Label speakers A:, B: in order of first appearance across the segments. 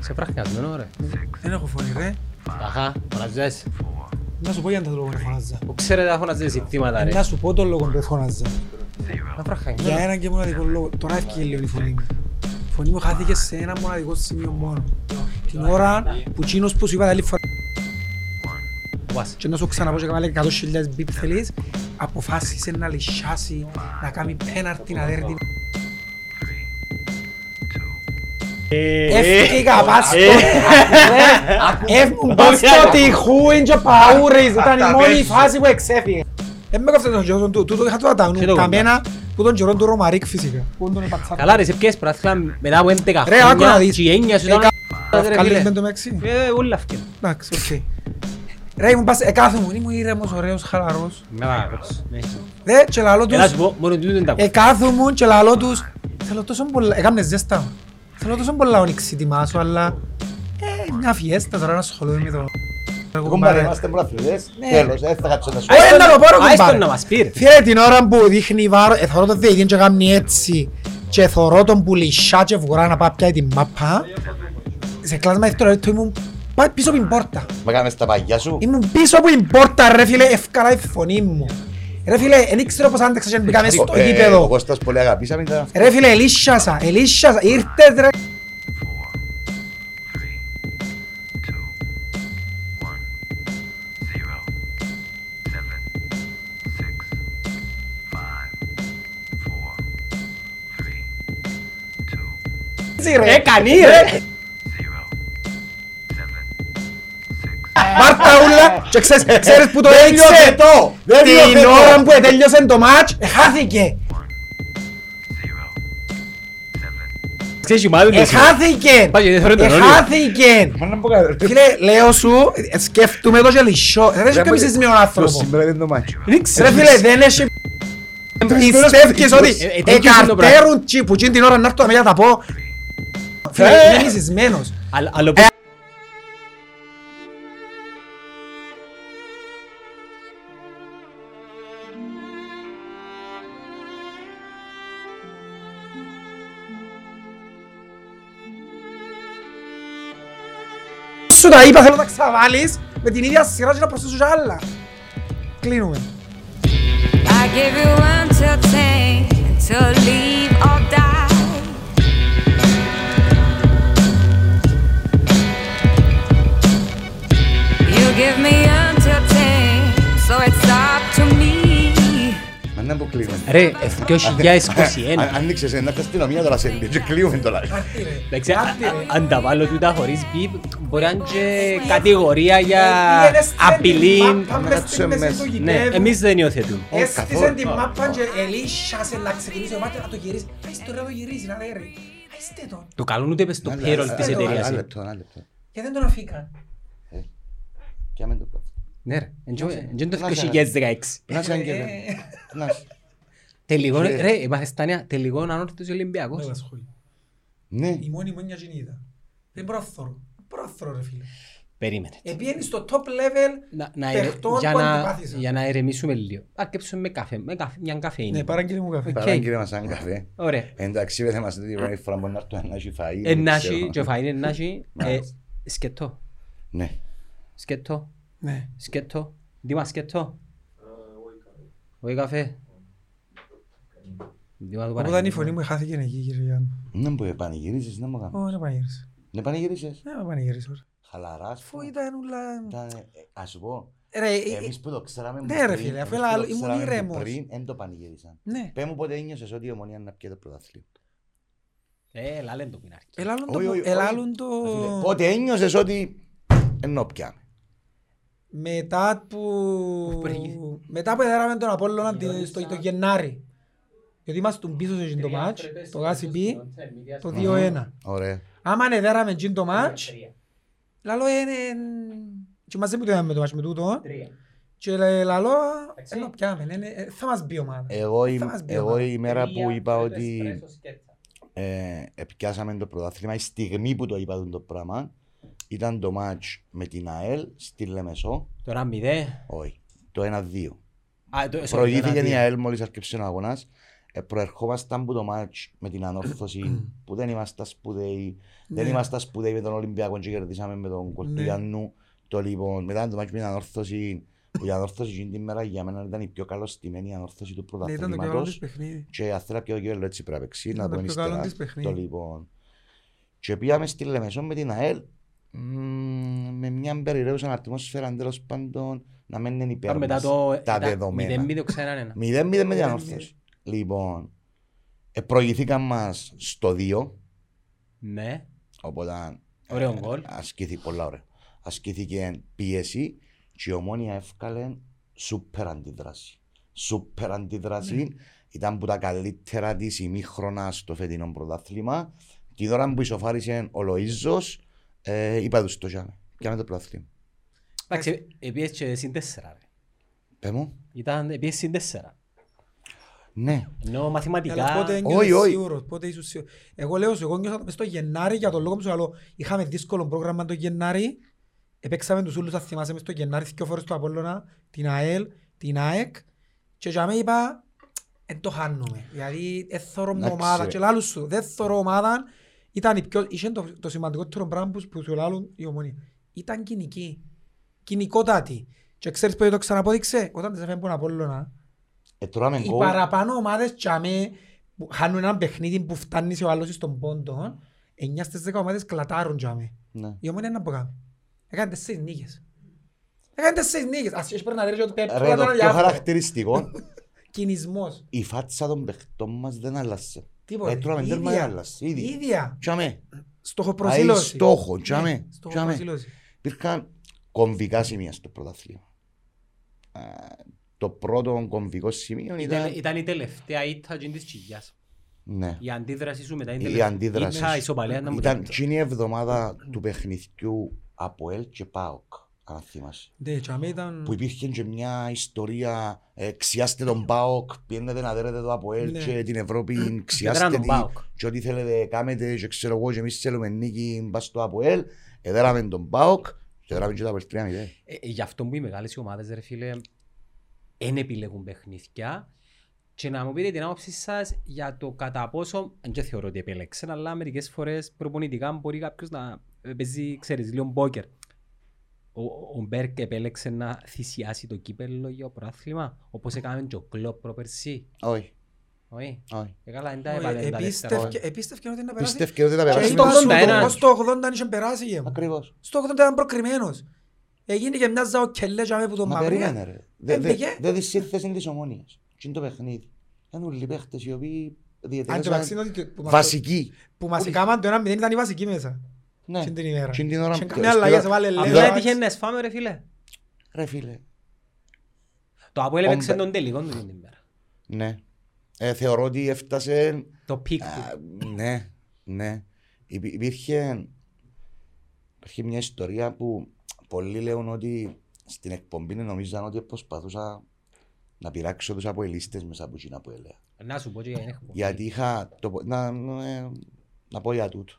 A: Σε φραχιασμένο ρε.
B: Δεν έχω φωνή, ρε.
A: Αχα, φωναζές.
B: Να σου πω για τον λόγο που φωνάζα.
A: Που ξέρετε να φωναζές ζητήματα ρε.
B: Να σου πω τον λόγο που φωνάζα.
A: Να
B: Για
A: φραχιασμένο.
B: έναν και μοναδικό λόγο. Τώρα έφυγε λίγο η φωνή μου. Η φωνή μου χάθηκε σε ένα μοναδικό σημείο μόνο. Την ώρα που εκείνος που σου είπα τα άλλη φορά
A: Βάς.
B: και να σου ξαναπώ και καμάλε 100.000 μπιπ θέλεις, αποφάσισε να λυσιάσει, να κάνει πέναρτη, να δέρνει. Έφυγα πάστο, έφυγα πάστο τη χούιν και παούρις, ήταν η μόνη φάση που εξέφυγε. Δεν με κόφτε τον γερόν του, τούτο είχα του
A: Και
B: αταγνού,
A: το
B: καμένα που τον γερόν του Ρωμαρίκ φυσικά. Που τον επατσάπτω.
A: Καλά ρε, σε ποιες πράθυλα μετά από 11
B: Ρε, άκου να
A: χρόνια
B: δεις.
A: και η έννοια σου
B: Ε,
A: ήταν
B: κα-
A: όλα ρε
B: Καλείς με
A: φίλε.
B: το Μεξί.
A: Ε, όλα αυτά.
B: Εντάξει, οκ. Ρε, ήμουν πας, εκάθομαι, ήμουν ήρεμος, ωραίος, χαλαρός.
A: Με βάρος. Ναι.
B: Ρε, και λαλό
A: Ε, να
B: τους,
A: σου πω, μόνο τούτο είναι τα ακούω.
B: εκάθομαι και λαλό τους, θέλω τόσο πολλά, έκαμε ζέστα μου. Θέλω τόσο πολλά όνειξη τιμά σου, αλλά... Ε, μια φιέστα τώρα να ασχολούμαι με το...
C: Κομπάρε, είμαστε πρωταθλητές.
B: Ναι.
C: Τέλος, δεν θα κάτσω να σου
B: Ωραία, να το πάρω,
A: Άι
B: κουμπάρε.
A: στον να μας πει ρε.
B: Φίλε, την ώρα που δείχνει βάρο, εθωρώ το διαιτήν και κάνει έτσι και εθωρώ τον που λυσιά και βγουρά να πάει πια την μάπα σε κλάσμα δευτερόλεπτο ήμουν πάει πίσω από την πόρτα.
C: Με κάνεις τα παγιά σου.
B: Ήμουν πίσω από την πόρτα ρε φίλε, ευκαλά η φωνή μου. Ρε φίλε, δεν ήξερα πώς άντεξα και μπήκα μέσα στο
C: Ε, Ο
B: γήπεδο.
C: Κώστας πολύ αγαπήσαμε ήταν αυτό.
B: Ρε φίλε, ελίσσιασα, ελίσσιασα, ήρθες ρε. Έτσι, ρε. Ναι.
A: Έκανε ρε.
B: Μάρτα ούλα και ξέρεις, ξέρεις που το έριξε.
C: το! Δεν
B: Την
C: διώθε το.
B: ώρα που τέλειωσε το μάτς, ε, χάθηκε.
A: Ξέρεις, γυμάτον το σου.
B: Εχάθηκε!
A: Πάει, δεν θωρεί τον όνειρο.
B: Εχάθηκε!
C: Μα να μου κάνω, ρε.
B: Φίλε, λέω σου, ε, σκέφτομαι το και λυσσό. Δεν έχει
C: Δεν
B: καμίσεις με τον
C: Το
B: άνθρωπο.
C: σήμερα δεν το μάτσο.
B: Ρε φίλε, δεν έχει... Πιστεύκες ότι
A: Ε, ε, τέτοιος είναι το πράγμα.
B: εκαρτέρουν τσι που τσιν την ώρα να έρθω να τα πω. Φίλε,
A: Ε.
B: είναι μισισμένος.
A: Αλλά- αλλά-
B: Ε, Σου τα είπα, θέλω να τα ξαβάλεις με την ίδια σειρά και να προσθέσω κι άλλα. Κλείνουμε.
D: I give you until ten to leave or die. You give me until ten, so it's up to me.
B: Ε.
C: Μα να μου κλείνουν.
A: Ρε, 2021.
C: Α- Άνοιξες ένα τα αστυνομία τώρα σε μπει και κλείουμε τώρα.
A: Εντάξει, α- α- αν τα βάλω τούτα χωρίς μπιπ, μπορεί να είναι και κατηγορία για απειλή.
C: τους εμείς.
A: Ναι, εμείς δεν υιοθετούμε.
B: Έστησε
C: καθόλου.
B: Ε, την μάπα και ελίσσασε να ξεκινήσει ο μάτια να το γυρίσει. Άιστε το ρε να το γυρίσει, να λέει ρε. Άιστε τον.
A: Το καλούν ούτε στο payroll της εταιρείας.
C: Ε, Ένα
A: είναι.
C: λεπτό, ένα λεπτό.
B: Και δεν τον αφήκαν.
C: Και άμα το πω.
A: Ναι ρε, εν τζο- εν τζο είναι το
C: Να σε-
A: 2016.
B: Ε,
C: Να σε άγγελε. Να σε.
A: Τελικό,
C: Ε.
A: ρε, μάθες τα νέα, τελικό ανόρθωτος Ολυμπιακός.
C: Ναι.
B: Η μόνη μου είναι μια γενίδα. Δεν πρόθωρο. Πρόθωρο ρε φίλε.
A: Περίμενε.
B: Επίενει στο top level
A: Να- να ερε-
B: παιχτών
A: για
B: που
A: να-
B: αντιπάθησαν.
A: Για να ερεμήσουμε λίγο. Αρκέψουμε με καφέ, με καφέ, μια καφέινη.
B: παράγγειλε Ναι, μου καφέ.
C: Παράγγειλε μας έναν καφέ. Ε,
A: Ωραία.
C: Εντάξει, δεν θα μας δείτε πρώτη φορά μπορεί να έρθω να έχει φαΐ. δεν
A: Ενάχει,
C: ξέρω.
A: και ο φαΐν ενάχει, ε,
C: Μάλιστα.
A: σκετό,
C: Ναι.
A: σκετό,
B: Ναι.
A: Σκέτο. Δήμα σκέτο. Όχι καφέ. Δήμα του
B: Όταν η
A: Παναγιώτη.
B: φωνή μου χάθηκε εκεί κύριε Γιάννου.
C: Δεν μπορεί να πανηγυρίσεις, να μου κάνεις.
B: Ω, να πανηγύρισε.
C: Δεν πανηγυρίσεις.
B: Ναι, να πανηγύρισε. ωραία.
C: Χαλαράς. ας
B: Αφού
C: πούμε.
B: ήταν ούλα...
C: Ήταν, ε, ας σου πω,
B: Ρε, ε, ε,
C: εμείς που το ξέραμε
B: ναι, ρε,
C: πριν,
B: φίλε, αφού
C: εμείς που
B: έλα-
C: το
B: ήμουν
C: ξέραμε
B: ήρεμος.
C: Πριν, δεν το πανηγύρισαν.
B: ναι.
C: Πες μου πότε ένιωσες ότι η ομονία να πιέται το πρωταθλήμα.
A: Ε, λάλε το πινάρκι.
B: Ελάλουν το...
C: Όχι, όχι, όχι.
B: ελάλουν το...
C: Φίλε, Πότε ένιωσες ότι ενώ πιάμε.
B: Μετά που...
A: Πριν.
B: Μετά που έδεραμε τον Απόλλωνα τη- στο το Γενάρη. Γιατί είμαστε τον πίσω σε εκείνο το μάτς, το γάσι μπει, το 2-1.
C: Ωραία.
B: Άμα έδεραμε εκείνο το μάτς, λαλό είναι... Και μαζί που το είδαμε το μάτς με τούτο, και λε- λαλό, ενώ πιάμε, ναι, ναι, θα μας μπει η ομάδα.
C: Εγώ, η-
B: Θα μας πει
C: εγώ
B: ομάδα.
C: η μέρα που είπα ότι ε, επιάσαμε το πρωτάθλημα, η στιγμή που το είπα το πράγμα, ήταν το μάτς με την ΑΕΛ στη Λεμεσό.
A: Τώρα μηδέ.
C: Όχι, το 1-2.
A: Α, το- sorry,
E: Ε,
C: Προηγήθηκε
A: ένα,
C: η
A: δύο.
C: ΑΕΛ μόλις αρκεψε ο αγώνας. Ε, προερχόμασταν από το μάτς με την ανόρθωση που δεν ήμασταν σπουδαίοι. Δεν
E: Ναι.
C: ήμασταν σπουδαίοι με τον Ολυμπιακό και κερδίσαμε με τον Κορτουλιανού. Το λοιπόν, μετά το μάτς με την ανόρθωση, που η ανόρθωση εκείνη τη μέρα για μένα ήταν η πιο καλωστημένη ανόρθωση του
B: Ε,
E: Ναι, ήταν το καλό
C: πρωταθλήματος.
E: της παιχνίδι.
C: Και η Αθήνα πιο κέλο έτσι πρέπει να παίξει,
E: Ήταν το
C: να τον
E: πιο καλό
C: ύστερα.
E: της παιχνίδι.
C: Το λοιπόν. Και πήγαμε στη Λεμεσό με την ΑΕΛ μ, με μια περιραίουσα ατμόσφαιρα τέλος πάντων να μένουν υπέρ
A: Ήταν μετά
C: μας
A: το.
C: τα
A: ήταν
C: δεδομένα.
A: 0-0 ξανά ένα.
C: Μηδέν μηδέν με την ανόρθωση. Λοιπόν, ε, προηγηθήκαν μας στο 2,
A: Ναι.
C: οπότε
A: Ωραίο
C: Ε,
A: γκολ.
C: ασκήθη πολλά ωραία. Ασκήθηκε πίεση και η ομόνια έφκαλε σούπερ αντίδραση. Σούπερ αντίδραση ήταν που τα καλύτερα της ημίχρονα στο φετινό πρωτάθλημα. Τη δώρα που ισοφάρισε ο Λοΐζος, ε, είπα τους το γιάμε. Πιάμε το πρωτάθλημα.
A: Εντάξει, επίες και συν τέσσερα. ρε.
C: Πες μου,
A: Ήταν επίες συν τέσσερα.
C: ναι.
A: Ενώ
B: Αλλά
A: μαθηματικά...
B: πότε
C: Όχι,
B: ένιωθες
C: όχι.
B: σίγουρος, πότε ήσουν σίγουρος. Εγώ λέω σου, εγώ νιώθα μες στο Γενάρη για τον λόγο που σου λέω, είχαμε δύσκολο πρόγραμμα το Γενάρη, επέξαμε τους ούλους, θα θυμάσαι μες στο Γενάρη, δύο φορές το Απόλλωνα, την ΑΕΛ, την ΑΕΚ, και για μένα είπα, δεν το χάνουμε, γιατί δεν θωρώ μου
C: Εντάξει,
B: ομάδα,
C: ρε.
B: και λάλλους σου, δεν θωρώ ομάδα, ήταν η πιο, είχε το, το σημαντικότερο πράγμα που, που σου λάλλουν η ομονία. Ήταν κοινική, κοινικότατη. Και ξέρεις πότε το ξαναπόδειξε, όταν της έφεμπουν Απόλλωνα,
C: Ε, τρώμε
B: οι
C: γκολ.
B: παραπάνω ομάδες τσάμε που χάνουν ένα παιχνίδι που φτάνει σε ο άλλος στον πόντο, 9 στις 10 ομάδες κλατάρουν τσάμε.
C: Ναι.
B: Η ομόνια είναι να μπουκάμε. Έκανε τέσσερις νίκες. Έκανε τέσσερις νίκες. Ας έχεις πρέπει να δέρεις ότι πέπτει.
C: Ρε, το πιο χαρακτηριστικό,
B: Κινησμός.
C: η φάτσα των παιχτών μας δεν άλλασε.
B: Τίποτε.
C: Ε, τρώμε, δεν
B: Ίδια.
C: μας άλλασε. Ήδη.
B: Ίδια.
C: Τσάμε.
B: Στοχοπροσύλωση.
C: Αεί στόχο, τσάμε,
B: Ναι,
C: τσάμε.
B: στοχοπροσύλωση.
C: Υπήρχαν κομβικά σημεία στο πρωτάθλημα. Α, Το πρώτο κομβικό σημείο
A: Ήταν,
C: ήταν.
A: ήταν η τελευταία ήττα τζιν της κοιλιάς.
C: Ναι.
A: Η αντίδραση σου μετά είναι
C: Η αντίδραση.
A: Ήττα ισοπαλία ήταν που
C: Ήταν
A: ήταν...
C: τσινή εβδομάδα του παιχνιδιού από ΕΛ και ΠΑΟΚ. Αν θυμάσαι.
B: Ναι, τσάμε ήταν...
C: Που υπήρχε και μια ιστορία. ε, Ξιάστε τον ΠΑΟΚ, πιένετε να δέρετε το από ΕΛ
B: Ναι.
C: και την Ευρώπη.
A: Έδραν
C: Ξιάστε
A: τον
C: τη.
A: ΠΑΟΚ.
C: Και ό,τι θέλετε, κάμετε. Και ξέρω εγώ, και εμείς θέλουμε νίκη. Μπας στο από ΕΛ. Εδέραμε τον ΠΑΟΚ. Και δέραμε και τα ΑΠΟΕΛ 3-0.
A: Ε, ε, Γι' αυτό που οι μεγάλες οι ομάδες ρε φίλε δεν επιλέγουν παιχνίδια και να μου πείτε την άποψη σας για το κατά πόσο, αν και θεωρώ ότι επέλεξαν, αλλά μερικές φορές προπονητικά μπορεί κάποιος να ε, παίζει, ξέρεις, λίγο μπόκερ. Ο, ο Μπέρκ επέλεξε να θυσιάσει το κύπελλο για το πρωτάθλημα, όπως έκαμε και ο Κλόπ προπερσί.
C: Όχι,
A: Όχι,
C: όχι.
A: ε, καλά, δεν τα
B: Ε,
A: έβαλε τα δεύτερα.
B: επίστευκε- Επίστευκε ότι να περάσει.
C: Πίστευκε ότι θα
B: Και
C: περάσει.
A: στο
B: είπα σου,
A: 81.
B: ως το 80 είχε περάσει. γε μου.
C: Ακριβώς.
B: Στο 80 ήταν προκριμένος. Έγινε και μια ζαοκελέ τζάμε που τον
C: Μα
B: μακριά.
C: περίμενε ρε. Δεν δε,
B: Έμπαιγε.
C: δε, δεις τη σύνθεση της ομόνιας. Τι είναι το παιχνίδι. Ήταν όλοι οι παίχτες οι οποίοι
B: Αν το
C: διαιτέλεσαν
B: μεταξύ είναι ότι που μας-
C: βασικοί.
B: που μας έκαναν το 1-0 ήταν η βασική μέσα.
C: Ναι.
B: Στην την ημέρα.
C: Στην την ώρα
B: Και
C: που-
B: καμιά αλλαγή,
C: στην-
B: σε βάλε
A: Αυτό
B: λεφτά.
A: δεν έτυχε να εσφάμε ρε φίλε.
C: Ρε φίλε.
A: Το Αποέλ έπαιξε
C: Ομπε-
A: τον τελικό του την ημέρα.
C: Ναι. Ε, θεωρώ ότι έφτασε...
A: Το πικ του.
C: α, ναι, ναι. Υπή- Υπήρχε... Υπήρχε μια ιστορία που πολλοί λέγουν ότι στην εκπομπή νομίζαν ότι προσπαθούσα να πειράξω τους αποελίστες μέσα από εκείνα που έλεγα.
A: Να σου πω και για την εκπομπή.
C: Γιατί είχα. τοπο- Να, ε, να πω για τούτο.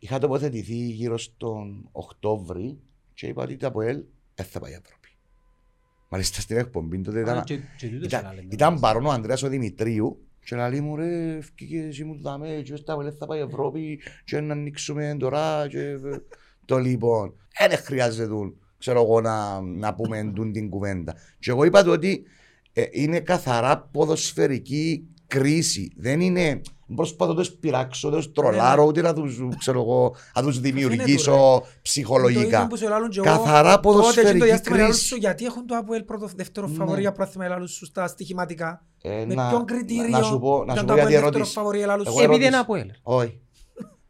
C: Είχα τοποθετηθεί γύρω στον Οκτώβρη και είπα ότι το ΑΠΟΕΛ δεν θα πάει Ευρώπη. Μάλιστα στην εκπομπή τότε
A: Α,
C: ήταν.
A: και- και τούτος
C: Ήταν,
A: ένα λένε.
C: ήταν παρόν ο Ανδρέας ο Δημητρίου και λέει μου ρε ευκήκε εσύ μου δάμε και στα ΑΠΟΕΛ θα πάει Ευρώπη και να ανοίξουμε τώρα και το λοιπόν. Ε, Δεν χρειάζεται ξέρω εγώ να, να πούμε τούν την κουβέντα. Και εγώ είπα του ότι ε, είναι καθαρά ποδοσφαιρική κρίση. Δεν είναι. Προσπαθώ να του πειράξω, να του
B: Ναι,
C: τρολάρω, ούτε να τους ξέρω εγώ, να τους δημιουργήσω
B: Το ίδιο
C: ψυχολογικά.
B: που σε λάλλον και εγώ.
C: Καθαρά
B: Τότε εκείνο το
C: ποδοσφαιρική
B: διάστημα λάλλον σου,
C: κρίση.
B: γιατί έχουν το Αποέλ πρώτο, δεύτερο
C: Ναι.
B: φαβορή για πρόθυμα λάλλον σου στα στοιχηματικά.
C: Ε,
B: Με
C: να-
B: ποιον κριτήριο
C: Να σου πω, να
B: ήταν
C: σου
B: το
C: πω γιατί
B: Αποέλ δεύτερο
C: ερώτηση.
B: φαβορή για λάλλον σου. Ε,
C: Εγώ
A: Επειδή
C: ερώτηση.
A: είναι Αποέλ.
C: Όχι.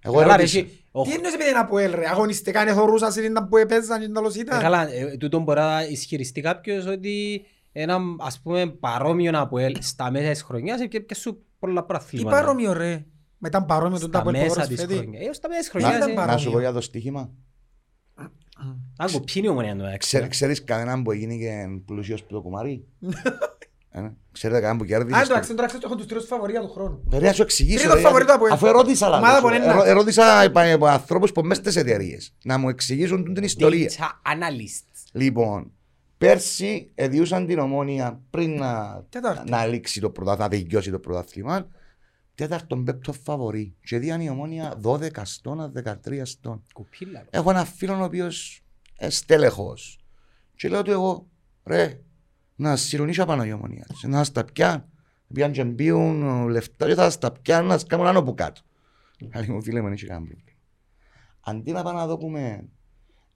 C: Εγώ
A: Καλά, ρε,
C: ερώτησα.
A: εσύ. Ο-
B: Τι εννοείς επειδή είναι Αποέλ ρε, αγωνιστικά είναι θωρούσας, είναι να που έπαιζαν, είναι όλος
A: Ε,
B: ήταν.
A: Καλά, ε, τούτον μπορεί να ισχυριστεί κάποιος ότι ένα ας πούμε παρόμοιο Αποέλ στα μέσα της χρονιάς και, και σου πολλά
B: Τι
A: προαθλήματα.
B: παρόμοιο ρε. Μετά παρόμοιο τον
A: Στα
B: Αποέλ που
A: μέσα
B: χωρίζει
A: της
B: φέτη.
A: χρονιάς. Ε, στα μέσα της
B: Δεν
A: χρονιάς.
B: ήταν
A: ε.
B: παρόμοιο.
C: Να σου πω για το στοίχημα.
A: Άγκο, ποιοι είναι η ομονία του
C: Ξέρ-
A: έξω.
C: Ξέρεις κανέναν που έγινε και πλούσιος που το κουμάρι. Ε, ναι. Ξέρετε κανέναν που κέρδισε.
B: Αν το
C: στο-
B: αξίζει, τώρα ξέρεις, έχω τους τρεις φαβορή για του χρόνου.
C: Πρέπει να σου εξηγήσω.
B: Τρίτο
C: ρε,
B: φαβορί του Αποέλ.
C: Αφού ερώτησα,
B: Ομάδα
C: λάθος.
B: που είναι
C: Ερω-
B: ένα.
C: ερώτησα ανθρώπους που μέσα στις εταιρείες να μου εξηγήσουν την ιστορία.
A: Data analyst.
C: Λοιπόν, Πέρσι εδιούσαν την ομόνια πριν να,
B: Τέταρτη.
C: να λήξει το πρωτάθλημα, να τελειώσει το πρωτάθλημα. Τέταρτον πέπτο φαβορή. Και δίαν η ομόνια 12 στόνα, 13 στόνα.
A: Κουπίλα. ρε.
C: Έχω ένα φίλο ο οποίος στέλεχος. Και λέω του εγώ, ρε, να σιρονίσω πάνω η ομονία. της, Να στα πια, να πιάνουν και μπίουν λεφτά, και θα στα πια να σκάμουν άνω που κάτω. Καλή μου φίλε, μου έχει κάνει πρόβλημα. Αντί να πάμε να δούμε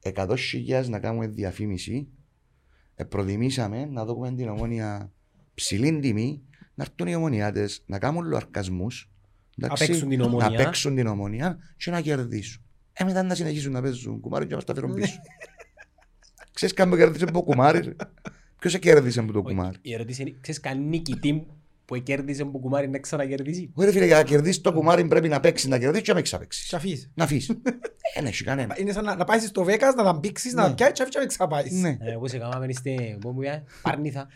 C: 100.000 να κάνουμε διαφήμιση, ε, προτιμήσαμε να δούμε την ομόνια ψηλή τιμή, να έρθουν οι ομονιάτες να κάνουν λοαρκασμούς, εντάξει,
A: παίξουν την
C: να
A: Ομόνια.
C: παίξουν την ομόνια και να κερδίσουν. Ε, μετά να συνεχίσουν να παίζουν κουμάρι και να μας τα φέρουν πίσω. Ξέρεις καν που κέρδισε από το κουμάρι. ρε. Ποιος σε κέρδισε από το
A: Όχι,
C: κουμάρι.
A: Η ερώτηση είναι, ξέρεις καν νικητή που κέρδισε που κουμάρι να ξανακερδίσει.
C: Ωραία φίλε, για να κερδίσει το κουμάρι πρέπει να παίξει, να κερδίσει και να μην ξαπαίξεις.
B: Τσαφείς.
C: Να αφήσεις. Δεν έχει κανένα.
B: Είναι σαν να, να πάεις στο Βέκας, να τα μπήξεις, να
C: Ναι.
B: τα πιάσεις τσαφείς και να μην ξαπάεις.
C: Ναι.
A: Ε, Όπως έκαναμε στην πού μου πήγαμε, Πάρνηθα.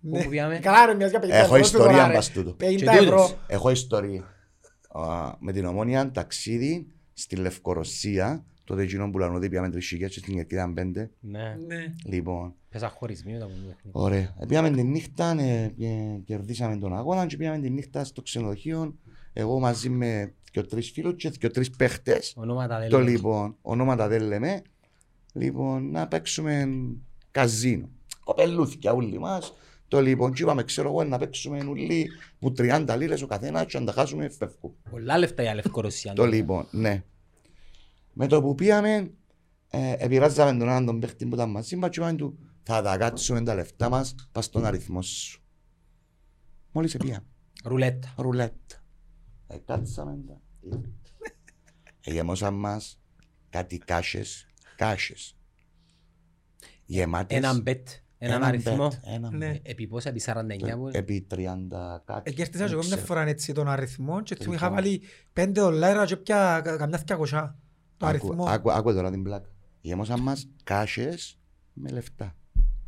B: Ναι.
A: Πού πήγαμε.
B: Καλά ρε, μιας για 50
C: Έχω
B: ευρώ
C: ιστορία
B: τώρα, ρε.
C: μπας τούτο.
B: 50
A: Και
B: ευρώ.
A: τούτος.
C: Έχω ιστορία. Α, με την ομόνια ταξίδι στη Λευκορωσία, τότε εκείνο που λανούδι πήγαμε τρεις χιλιάδες και στην Κερκίδα πέντε.
A: Ναι,
B: Ναι.
C: Λοιπόν,
A: πέσα χωρισμοί μετά από το παιχνίδι.
C: Ωραία. Ε, Πήγαμε τη νύχτα, ε, και κερδίσαμε τον αγώνα και πήγαμε τη νύχτα στο ξενοδοχείο. Εγώ μαζί με και τρεις φίλους και και τρεις παίχτες.
A: Ονόματα δεν
C: Το
A: λέω.
C: λοιπόν, ονόματα δεν λέμε. Λοιπόν, να παίξουμε καζίνο. Κοπελούθηκια όλοι μας. Το λοιπόν, και είπαμε, ξέρω εγώ, να παίξουμε ουλί που 30 λίρες ο καθένας και αν τα χάσουμε φεύγουμε.
A: Πολλά λεφτά για Λευκορωσία.
C: Το λοιπόν, ναι. Με το που πήγαμε, ε, επηρεάζαμε τον έναν τον παίχτη που ήταν μαζί μας και είπαμε του θα τα κάτσουμε τα λεφτά μας, πας στον αριθμό σου. Μόλις πήγαμε,
A: Ρουλέτα.
C: ρουλέτα. Ε, κάτσαμε τα. Ε, γεμώσαν μας κάτι κάσες, κάσες. Γεμάτες.
A: Έναν μπετ. Έναν αριθμό.
C: bet, Έναν
B: Ναι.
C: ναι.
A: Ε, Επί πόσα, επί 49 πόσα.
C: Επί 30 κάτι.
B: Εγκέρτησα Ε, και
C: δεν
B: εγώ μια
C: ξέρω.
B: φορά έτσι τον αριθμό και θυμώ είχα
C: Λοιπόν.
B: βάλει 5 δολάρια και πια κα- καμιά δυακοσιά το
C: Άκου-
B: αριθμό.
C: Άκου, άκου τώρα την πλάκα. Γεμώσαν μας κάσες με λεφτά.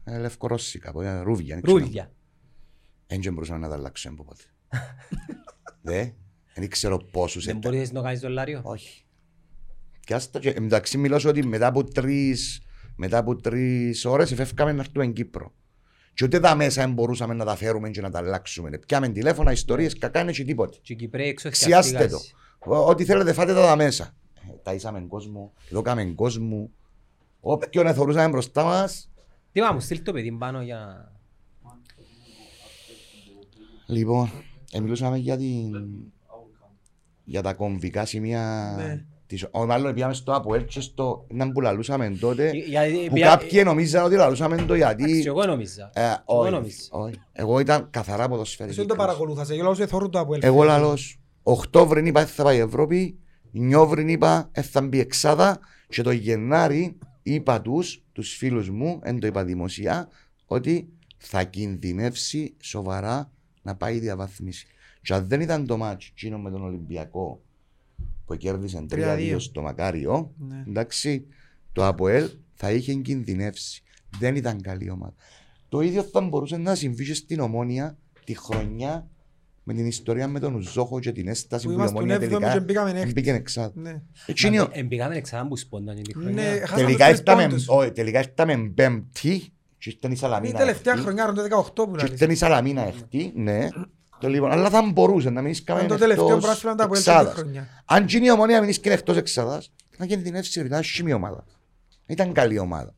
C: Ε, Λευκορώσικα, που είναι ρούβια.
A: Ρούλια.
C: Δεν και μπορούσαμε να τα αλλάξουμε από πότε. Δε, δεν ξέρω πόσους
A: Δεν
C: ήταν.
A: μπορείς να κάνεις δολάριο.
C: Όχι. Και άστα και εντάξει μιλώ σου ότι μετά από τρεις, μετά από τρεις ώρες εφεύκαμε να έρθουμε εν Κύπρο. Και ούτε τα μέσα δεν μπορούσαμε να τα φέρουμε και να τα αλλάξουμε. Πιάμε τηλέφωνα, ιστορίες, κακά είναι και τίποτε.
A: Και οι Κυπρέοι
C: Ξιάστε
A: εξωθιαστήκαν.
C: το. Ό- Ό,τι θέλετε, φάτε τα τα μέσα. Ε, Τα είσαμε κόσμο, εδώ κάμε κόσμο. Όποιον εθωρούσαμε μπροστά μας.
A: Τι μα μου στείλ το παιδί πάνω για να-
C: Λοιπόν, ε, μιλούσαμε για, την... για τα κομβικά σημεία.
B: Ναι.
C: Της... Ο, μάλλον πήγαμε στο Αποέλ και στο να που λαλούσαμε τότε.
A: Για-
C: που
A: πια-
C: κάποιοι νομίζαν ότι λαλούσαμε το
A: Εντάξει,
C: γιατί.
A: Εγώ νόμιζα.
C: Ε,
A: Εγώ
C: όχι,
A: νόμιζα.
C: όχι. Εγώ ήταν καθαρά
B: Εσύ δεν το
C: ποδοσφαιρικός.
B: παρακολούθασε, εγώ λαούς εθώρουν το Αποέλ.
C: Εγώ λαλώ. Οκτώβριν είπα θα πάει η Ευρώπη, Νιόβριν είπα «Ε, θα μπει η εξάδα και το Γενάρη είπα τους, τους φίλους μου, εν το είπα δημοσία, ότι θα κινδυνεύσει σοβαρά να πάει η διαβαθμίση. Και αν δεν ήταν το μάτς εκείνο με τον Ολυμπιακό που κέρδισε 3-2
B: 3-2
C: στο Μακάριο,
B: Ναι.
C: εντάξει, το ΑΠΟΕΛ θα είχε κινδυνεύσει. Δεν ήταν καλή ομάδα. Το ίδιο θα μπορούσε να συμβεί και στην Ομόνια τη χρονιά με την ιστορία με τον Ζόχο και την έσταση
B: Που
C: που, η
B: ήμασταν
C: Ομόνια
B: έβδομοι και
C: τελικά
B: μπήκαμε έκτη.
C: μπήκε εξάδου.
B: Ναι.
C: Έτσι είναι ο-
A: Ε, Μπήκαμε εξάνα που σπόνταν την
B: Ναι,
A: χρονιά.
B: χάσαμε
C: Τελικά
B: τους τρεις
C: ήρθαμε-
B: πόντους.
C: όχι, Τελικά ήρθαμε πέμπτη και ήρθαν η
B: Είναι η
C: Σαλαμίνα.
B: τελευταία
C: εχθή.
B: χρονιά, το 18 που
C: Και
B: λαλείς.
C: ήρθαν η Σαλαμίνα εχθή, ναι. Το λοιπόν, αλλά θα μπορούσε να μην
B: Ήταν
C: σκάμε
B: το τελευταίο
C: εκτός
B: πράσινο από την
C: εξάδας.
B: χρονιά.
C: Αν γίνει η ομονία μην και εκτός εξάδας, να κινδυνεύσεις ρητά σημεία ομάδα. Ήταν καλή ομάδα.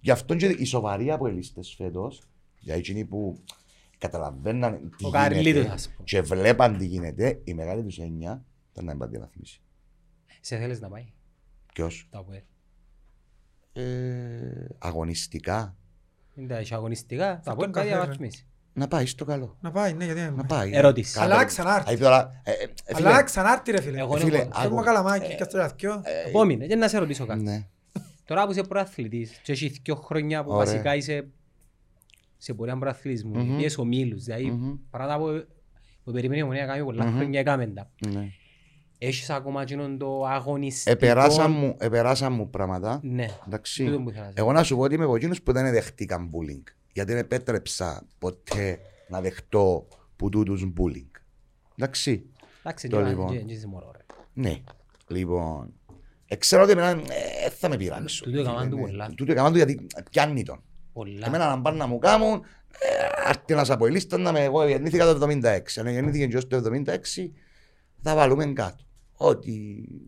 C: Γι' αυτό και οι σοβαροί αποελίστες φέτος, για εκείνοι που καταλαβαίναν τι
A: Ο
C: γίνεται
A: Καρλίτος ας πούμε.
C: και βλέπαν τι γίνεται, η μεγάλη τους έννοια ήταν να μην βαθμίσει.
A: Σε θέλεις να πάει.
C: Ποιος?
A: Το Αποέλ.
C: Ε, αγωνιστικά.
A: Είναι τα έχει αγωνιστικά.
B: Θα
A: Θα
B: τον
A: πω κάτι
B: καφέρε.
A: διαβαθμίσει.
C: Να πάει στο καλό.
B: Να πάει, ναι, γιατί δεν
C: Να
B: πάει.
C: πάει.
A: Ερώτηση.
C: Κάτω.
B: Αλλά ξανάρτη.
C: Α, τώρα, ε, ε, ε, φίλε,
B: Αλλά ξανάρτη ρε φίλε.
A: Εγώ
C: φίλε,
A: εγώ- Ε,
C: άκου.
B: Θέλουμε καλαμάκι και στο λαθκιό.
A: Επόμενη, για να σε ρωτήσω κάτι.
C: Ναι.
A: Τώρα που είσαι προαθλητής και έχεις δυο χρόνια που
C: Ωραία.
A: βασικά είσαι σε πορεία προαθλητισμού,
C: Μμμ.
A: mm-hmm. είσαι ομίλους, δηλαδή
C: Μμμ.
A: πράγματα που, που περιμένει η Ομονία να κάνει πολλά
C: Μμμ.
A: χρόνια έκαμε τα.
C: ναι.
A: Έχεις ακόμα εκείνον το αγωνιστικό...
C: Επεράσαν Ε, μου, επεράσαν μου πράγματα.
A: Ναι,
C: Εντάξει. Ε,
A: τούτο που ήθελα να σε
C: Εγώ να σου πω ότι είμαι από εκείνους που δεν δεχτήκαν bullying. Γιατί δεν επέτρεψα ποτέ να δεχτώ που τούτους bullying. Εντάξει.
A: Εντάξει,
C: Το
A: τώρα,
C: λοιπόν.
A: και- και είσαι μωρό, ρε. Ναι.
C: Ναι. Λοιπόν. ε, Ξέρω ότι εμένα ε, θα με πειράξω.
A: Τούτο έκαναν του
C: Ναι,
A: πολλά.
C: Τούτο έκαναν του γιατί πιάνει τον.
A: Πολλά.
C: Εμένα να πάνε να μου κάνουν, αρκεί να σε αποελίστα να με εγώ γεννήθηκα το 76. Αν γεννήθηκε και ως το 76, θα βάλουμε κάτω. Ό,τι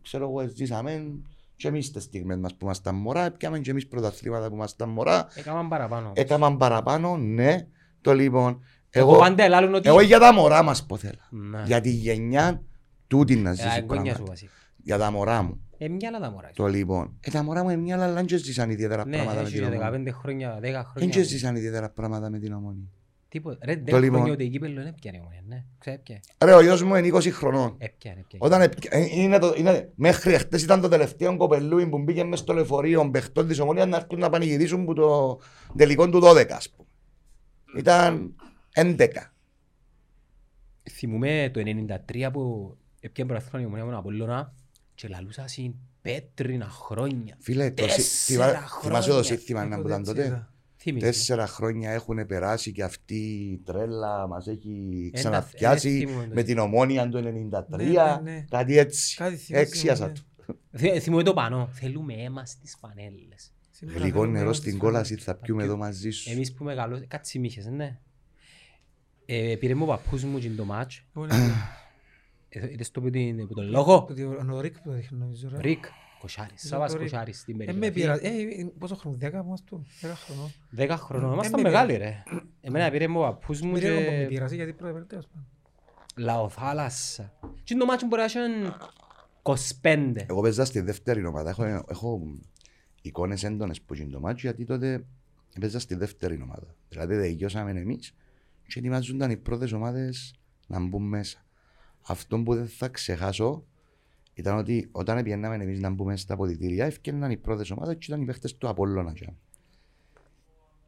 C: ξέρω εγώ ζήσαμε και εμείς τις στιγμές μας που ήμασταν μωρά, πιάμε και εμείς πρωταθλήματα που ήμασταν μωρά,
A: Έκαναν παραπάνω.
C: έκαναν παραπάνω, ναι, το λοιπόν.
A: Εγώ
C: Ε, Εγώ,
A: πάντα ελάλουν ότι...
C: εγώ για τα μωρά μας ποθέλα.
A: Ναι.
C: Για τη γενιά τούτη να
A: Ε,
C: ζήσει
A: εγγόνια σου
C: πράγματα.
A: βασικά.
C: Για τα μωρά μου.
A: Ε, μια άλλα τα μωρά.
C: Το λοιπόν. Ε, τα μωρά μου είναι μια άλλα και ζήσαν ιδιαίτερα
A: Ναι,
C: πράγματα με
A: έχεις
C: την ομόνη.
A: 15 χρόνια, 10
C: Δεν και
A: χρόνια.
C: ζήσαν ιδιαίτερα πράγματα με την ομόνη.
A: Τίποτα. Ρε, 10
C: Το λοιπόν.
A: χρόνια ότι η κύπελλο δεν έπιανε η Ομόνια, ναι. Ξέρε, έπιανε.
C: Ρε, ο γιος μου είναι 20 χρονών.
A: Έπιανε, έπιανε.
C: Όταν επ- ε, είναι το, είναι, μέχρι χτες ήταν το τελευταίο κοπελούι που μπήκε μέσα στο λεωφορείο παιχτών της Ομονία να έρθουν να πανηγυρίσουν που το τελικό του 12, ας πούμε. Ήταν 11.
A: Θυμούμε το 93 που έπιανε πρωταθλήμα η Ομόνια με τον Απόλλωνα και λαλούσα συν πέτρινα χρόνια.
C: Φίλε, το
A: Τέσσερα
C: σύ- θυμά-
A: χρόνια.
C: θυμάσαι το σύστημα να
B: Εγώ
C: που ήταν
B: δεν
A: ε.
C: τότε.
B: ξέρω.
A: Θυμήθηκα.
C: Τέσσερα χρόνια έχουν περάσει και αυτή η τρέλα μας έχει
A: Ένα-
C: ξαναφτιάσει
A: ένα θυμούμε το
C: με την ομόνια του 93.
B: Ναι, ναι, ναι.
C: Κάτι έτσι.
B: Κάτι θυμάσαι,
C: Έξιασα
B: ναι.
C: του.
A: Θυ- Θυμούμε το πανό. Θέλουμε αίμα στις πανέλες.
B: Σήμερα
C: Γλυκό
B: θέλουμε
C: νερό
B: να
C: στην
B: τους
C: κόλαση θα πιούμε
A: πιούμε.
C: εδώ μαζί σου.
A: Εμείς που μεγαλώσαμε, κατσιμίχες, ναι. Ε, πήρε μου ο παππούς μου και το μάτς.
B: φέρουμε. Εγώ είναι-
A: Ε, Είδες το που την- που τον
B: το
A: λόγο.
B: ότι ο- ο Ρίκ που το δείχνει, νομίζω, ρε.
A: Ρίκ. Κοσάρης.
B: Ήταν
A: Σάβας
B: Ναι, το Ρίκ.
A: Κοσάρης στην
B: Ε, με
A: περιγραφή.
B: πειράζει. Ε, ε, πόσο χρόνο, δέκα μας του, δέκα χρονών.
A: Δέκα χρονών.
B: Ε,
A: Ήμασταν
B: με
A: μεγάλοι ρε. Εμένα πήρε μου ο παππούς μου
B: Μη ρε, εγώ που με
A: και
B: πειράζει, γιατί πρώτα πέρα, τέλος πάντων.
A: λαοθάλασσα. Τι είναι το μάτσο που μπορεί να είναι 25.
C: Εγώ παίζα στη δεύτερη ομάδα. Έχω, έχω εικόνες έντονες που γίνει το μάτσο γιατί τότε παίζα στη δεύτερη ομάδα. Δηλαδή δεν γιώσαμε εμείς και ετοιμάζονταν οι πρώτες ομάδες να μπουν μέσα. Αυτό που δεν θα ξεχάσω ήταν ότι όταν πιέναμε εμείς να μπούμε στα ποδητήρια, έφτιαναν οι πρώτες ομάδες και ήταν οι παίχτες του Απόλλωνα. τζάμε.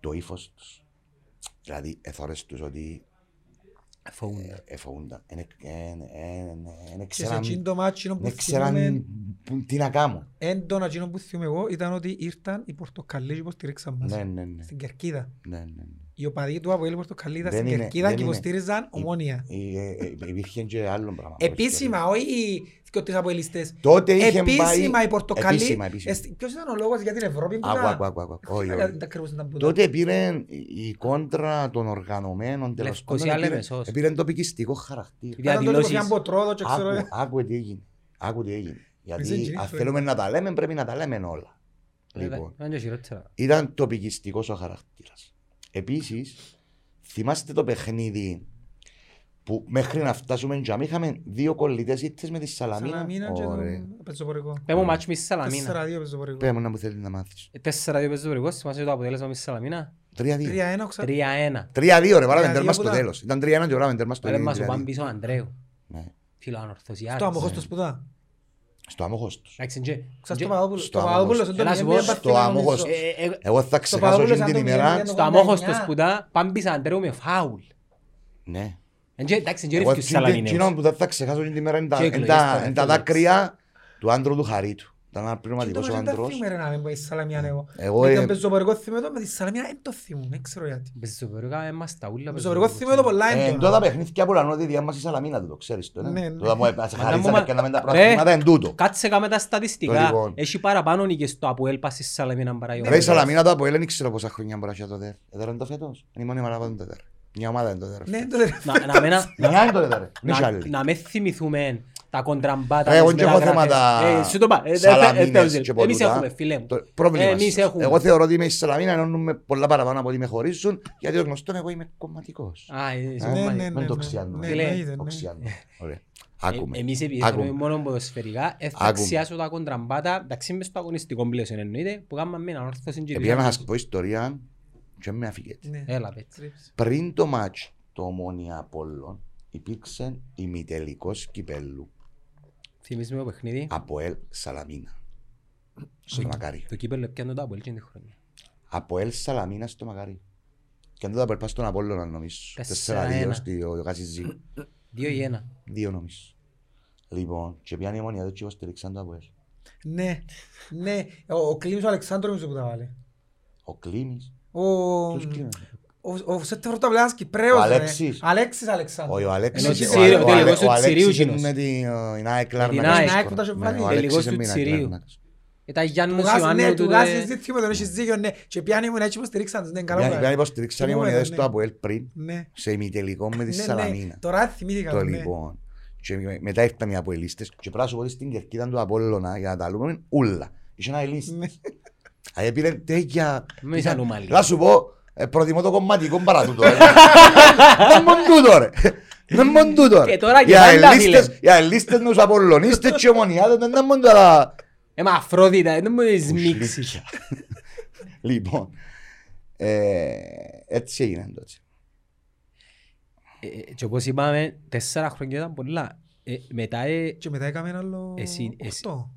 C: Το ύφος τους. Δηλαδή, εθώρες τους ότι
A: Φοβούντα.
C: εφοούνταν. Δεν
B: Και σε εκείνο
C: ξέραν-
B: το μάτσο που
C: εν
B: θυμούμε,
C: ξέραν τι να κάνουν.
B: έντονα εκείνο που θυμούμε εγώ, ήταν ότι ήρθαν οι Πορτοκαλί και υποστηρίξαν μας.
C: Ναι, ναι, ναι.
B: Στην Κερκίδα.
C: Ναι, ναι, ναι.
B: Οι οπαδοί του Αποέλ Πορτοκαλί ήταν
C: Δεν
B: στην
C: είναι-
B: Κερκίδα
C: δεν
B: και
C: είναι.
B: υποστήριζαν ομόνια.
C: Ή, ε, ε, Υπήρχε και άλλο πράγμα.
B: Επίσημα, όχι οι δυο τρεις αποελιστές.
C: Τότε είχε
B: Επίσημα
C: πάει-
B: η Πορτοκαλί.
C: Επίσημα, επίσημα.
B: Εσ- Ποιος ήταν ο λόγος για την Ευρώπη που
C: Άκου,
B: τα-
C: άκου, άκου, άκου. Όχι,
B: Ξέρετε,
C: όχι.
B: δεν τα κρύβουν στην ταμπούτα.
C: Τότε πήρε η η κόντρα των οργανωμένων τέλος
A: Λευκοσία,
C: πάντων, πήρε-
A: Λεμεσός.
C: Πήρε τοπικιστικό χαρακτήρα.
A: Δια-
B: Ήταν τότε που
A: διαδηλώσεις.
B: πήγαν Ποτρόδο και ξέρω,
C: Άκου,
B: ε.
C: άκου τι έγινε. Άκου τι έγινε.
B: Εσύ
C: Γιατί
B: εγγυήθηκες.
C: αν θέλουμε να τα λέμε πρέπει να τα λέμε όλα. Λοιπόν,
A: Ήταν και χειρότερα.
C: ήταν τοπικιστικός ο χαρακτήρας. Επίσης, θυμάστε το παιχνίδι που μέχρι να φτάσουμε τζαμί είχαμε δύο κολλητές ήττε με τη
B: Σαλαμίνα
C: Σαλαμίνα.
B: και
C: Ωραία.
B: τον πεζοπορικό.
A: Πες μου μάτσο με τη Σαλαμίνα.
B: 4-2 πεζοπορικό.
C: Πες μου να μου θέλεις να μάθεις.
A: Ε, 4-2 παίζει το περικό, θυμάσαι το αποτέλεσμα με τη Σαλαμίνα.
C: 3-2.
B: 3-1 ξα-
A: 3-1.
C: 3-2 ρε, βάλαμε
B: Τρία-δύο
C: τέρμα στο
B: που τα-
C: τέλος. Ήταν 3-1 και βάλαμε τέρμα στο δηλαδή.
A: Βάλε
C: τέλος.
A: μας ο Πάμπης ο Ανδρέου. Φιλοανορθωσιάρης.
B: Στο αμοχώς το σπουδά.
C: Στο αμόχος τους.
A: Εντάξει, και-
B: Ξα-
A: και-
B: στο Παπαδόπουλο-
C: στο
B: στο Παπαδόπουλος,
C: Αμόχως.
B: τον
A: Έλα, σου
B: NBA
A: πω,
B: μπαθήκα,
C: στο
B: νομίζω.
C: Αμόχως.
A: Ε, ε, ε,
C: Εγώ θα
B: Στο
C: ξεχάσω
B: Παύλος
C: εκείνη την
B: Αντώνη,
C: ημέρα.
B: Αντώνη.
A: Στο αμόχος το σπουδά, Πάμπης Ανδρέου με φάουλ.
C: Ναι.
A: Εν και- Εντάξει, και
C: Εγώ
A: ρίφκει ο
C: εκείνη την-
A: Σαλαμίνεος.
C: εκείνο που δεν θα ξεχάσω εκείνη την ημέρα είναι τα-
A: Και
C: είναι
A: εκλογές
C: τα-
A: τώρα,
C: είναι τα
A: εκλογές.
C: δάκρυα του άντρου του Χαρίτου. Ήταν ένα
B: Και το
C: πνευματικός ο
B: μάτσο δεν τα
C: άντρος.
B: θυμούμαι, ρε, να μην πω, η Σαλαμίνα, εγώ.
C: Εγώ,
B: Με
C: ε,
B: τον πεζοπορικό θυμούμαι το, με τη Σαλαμίνα, εν το θυμούμαι, δεν ξέρω γιατί.
A: Πεζοπορικά, ε, μας τα ούλα.
B: Το πεζοπορικό θυμούμαι το πολλά
C: Ε,
B: έντονα.
C: Εν τότε παιχνίδια που λανώ τη διάμαση Σαλαμίνα του, το ξέρεις το.
B: Ναι,
C: ναι.
B: ναι.
C: Τότε μου
A: Μάνα
C: έπαιξε
A: μου,
C: χαρίσαμε
A: μα-
C: και κάναμε τα
A: Ρε.
C: πράγματα εν τούτο.
A: Κάτσε κάμε τα
C: Το
A: στατιστικά.
C: λοιπόν.
A: Έχει παραπάνω νίκες στο Αποέλ πας στη Σαλαμίνα παρά η
C: Ρε η
A: ομάδα.
C: Σαλαμίνα το Αποέλ δεν ξέρω πόσα χρόνια μπορεί να έχει τότε. Εδώ είναι το φέτος. Είναι η μόνη ομάδα που είναι τότε, ρε. Μια ομάδα είναι τότε, ρε.
B: Ναι, εν τότε, ρε.
A: Να- να μένα-
C: Μια είναι τότε, ρε. Μην
A: να-
C: έχει άλλη.
A: Να με θυμηθούμε τα κοντραμπάτα.
C: Ρε,
A: τις
C: εγώ και έχω
A: μεταγραφές.
C: θέματα
A: Ε, σου το είπα, ε, ε, ε,
C: σαλαμίνες
A: ε, τέλος,
C: και
A: Εμείς
C: ποτούτα.
A: έχουμε, φίλε μου.
C: Το πρόβλημα
A: Εμείς
C: σας.
A: έχουμε.
C: Εγώ θεωρώ ότι είμαι στη Σαλαμίνα ενώνουμε πολλά παραπάνω από ότι με χωρίζουν, γιατί ως γνωστόν εγώ είμαι κομματικός.
A: Α, ε, είσαι
C: Ε,
B: Ναι,
A: κομμάτι.
B: ναι, ναι,
C: Δεν το
B: ναι.
C: ξιάνω.
B: Ναι,
A: Τι λέει,
B: εννοείται, ναι.
C: Το ξιάνω. Ωραία.
A: Ε,
C: Άκουμε.
A: Εμείς επειδή
C: Άκουμε.
A: θέλουμε μόνο ποδοσφαιρικά, ε, θα
C: Άκουμε.
A: αξιάσω τα κοντραμπάτα, εντάξει μες στο αγωνιστικό πλαίσιο εννοείται, που κάνουμε μια ανόρθωση και
C: Επειδή να
A: δουλειά.
C: σας πω ιστορία και με αφηγέται.
B: Ναι.
A: Έλα, πέτσε.
B: Τρίψε.
C: Πριν το μάτς το Ομόνια Απόλλων υπήρξε ημιτελικός κυπέλου
A: Θυμίζουμε το παιχνίδι,
C: από Ελ Σαλαμίνα. Στο Μακάρι.
A: το κύπελλο έπιανε το Αποέλ εκείνη τη χρονιά.
C: Από Ελ Σαλαμίνα στο Μακάρι. Και αν δεν τα περπάς στον Απόλλωνα νομίζω. 4-2
A: 4-1.
C: στη ο Κασιζή.
A: Δύο ή ένα.
C: Δύο νομίζω. Λοιπόν, και πιάνει η μόνη εδώ και στηρίξαν το Αποέλ.
B: Ναι, ναι. Ο, ο Κλήμης ο Αλεξάνδρου νομίζω που τα βάλε.
C: Ο Κλίνης.
B: Ο,
C: Ποιος Κλίνης.
B: ο, ο Σέτεφρο τα βλέπει Κυπρέος.
C: Ο
B: ρε.
C: Αλέξης.
B: Αλέξης Αλεξάνδρου.
C: Ο ο Αλέξης.
A: Ενώ
C: ο
A: Τσιρίου,
C: Αλέ-
A: ο
C: ο Αλέ-
A: τελικός
C: ο
A: του Τσιρίου
C: Αλέξης είναι
A: κοινός.
C: με την ε, η Νάε
A: Με την
C: Κλάρνακα.
A: Νάε.
C: Ναι,
B: Νάε που τα είχε
C: ο
B: βάλει.
C: Αλέξης
A: Τελικός του
C: είναι ναι, με την Νάε
A: Τσιρίου.
C: Κλάρνακα.
A: Τα Γιάννου
B: Του Γάς, ναι,
A: Ιωάννου
B: του
A: τούτε-
B: Γάς ζήτημα, τον έχεις δίκιο, ναι. Και πιάνει μου, έτσι μου στηρίξαν, τους, ναι, καλά
C: Μια-
B: μου
C: μια
B: κάνει.
C: υποστηρίξαν οι
B: Ναι,
C: μονιδές
B: ναι.
C: του Αποέλ πριν
B: Ναι.
C: σε ημιτελικό με τη
B: Ναι, ναι,
C: Σαλαμίνα.
B: Τώρα θυμήθηκα,
C: Το
B: ναι.
C: λοιπόν. Και με- μετά ήρθαν οι Αποελίστες και πρέπει να σου πω ότι στην κερκίδα του Απόλλωνα για να τα λούμε ούλα. Είχε ένα ελίστη.
B: Ναι.
C: Αλλά πήρε τέτοια...
A: Μες
C: ήταν-
A: ανομαλία.
C: Να σου πω, ε, προτιμώ το κομματικό παρά τούτο. ρε. Δεν μον τούτο ρε. Δεν μον τούτο ρε.
A: Και τώρα
C: Οι
A: και πάντα,
C: αελίστες-
A: φίλε.
C: Οι αελίστες με τους Απολλωνίστες και οι ομονιάδες δεν ήταν μον τώρα.
A: Ε, μα Αφρόδιτα, δεν μου έχεις
C: Κουσλίκια.
A: μίξει.
C: Λοιπόν, ε, έτσι έγινε τότε.
A: Ε, Και όπως είπαμε, τέσσερα χρόνια ήταν πολλά. Ε, Μετά ε,
B: Και μετά έκαμε ένα άλλο
A: Εσύ- εσύ-
B: οχτώ.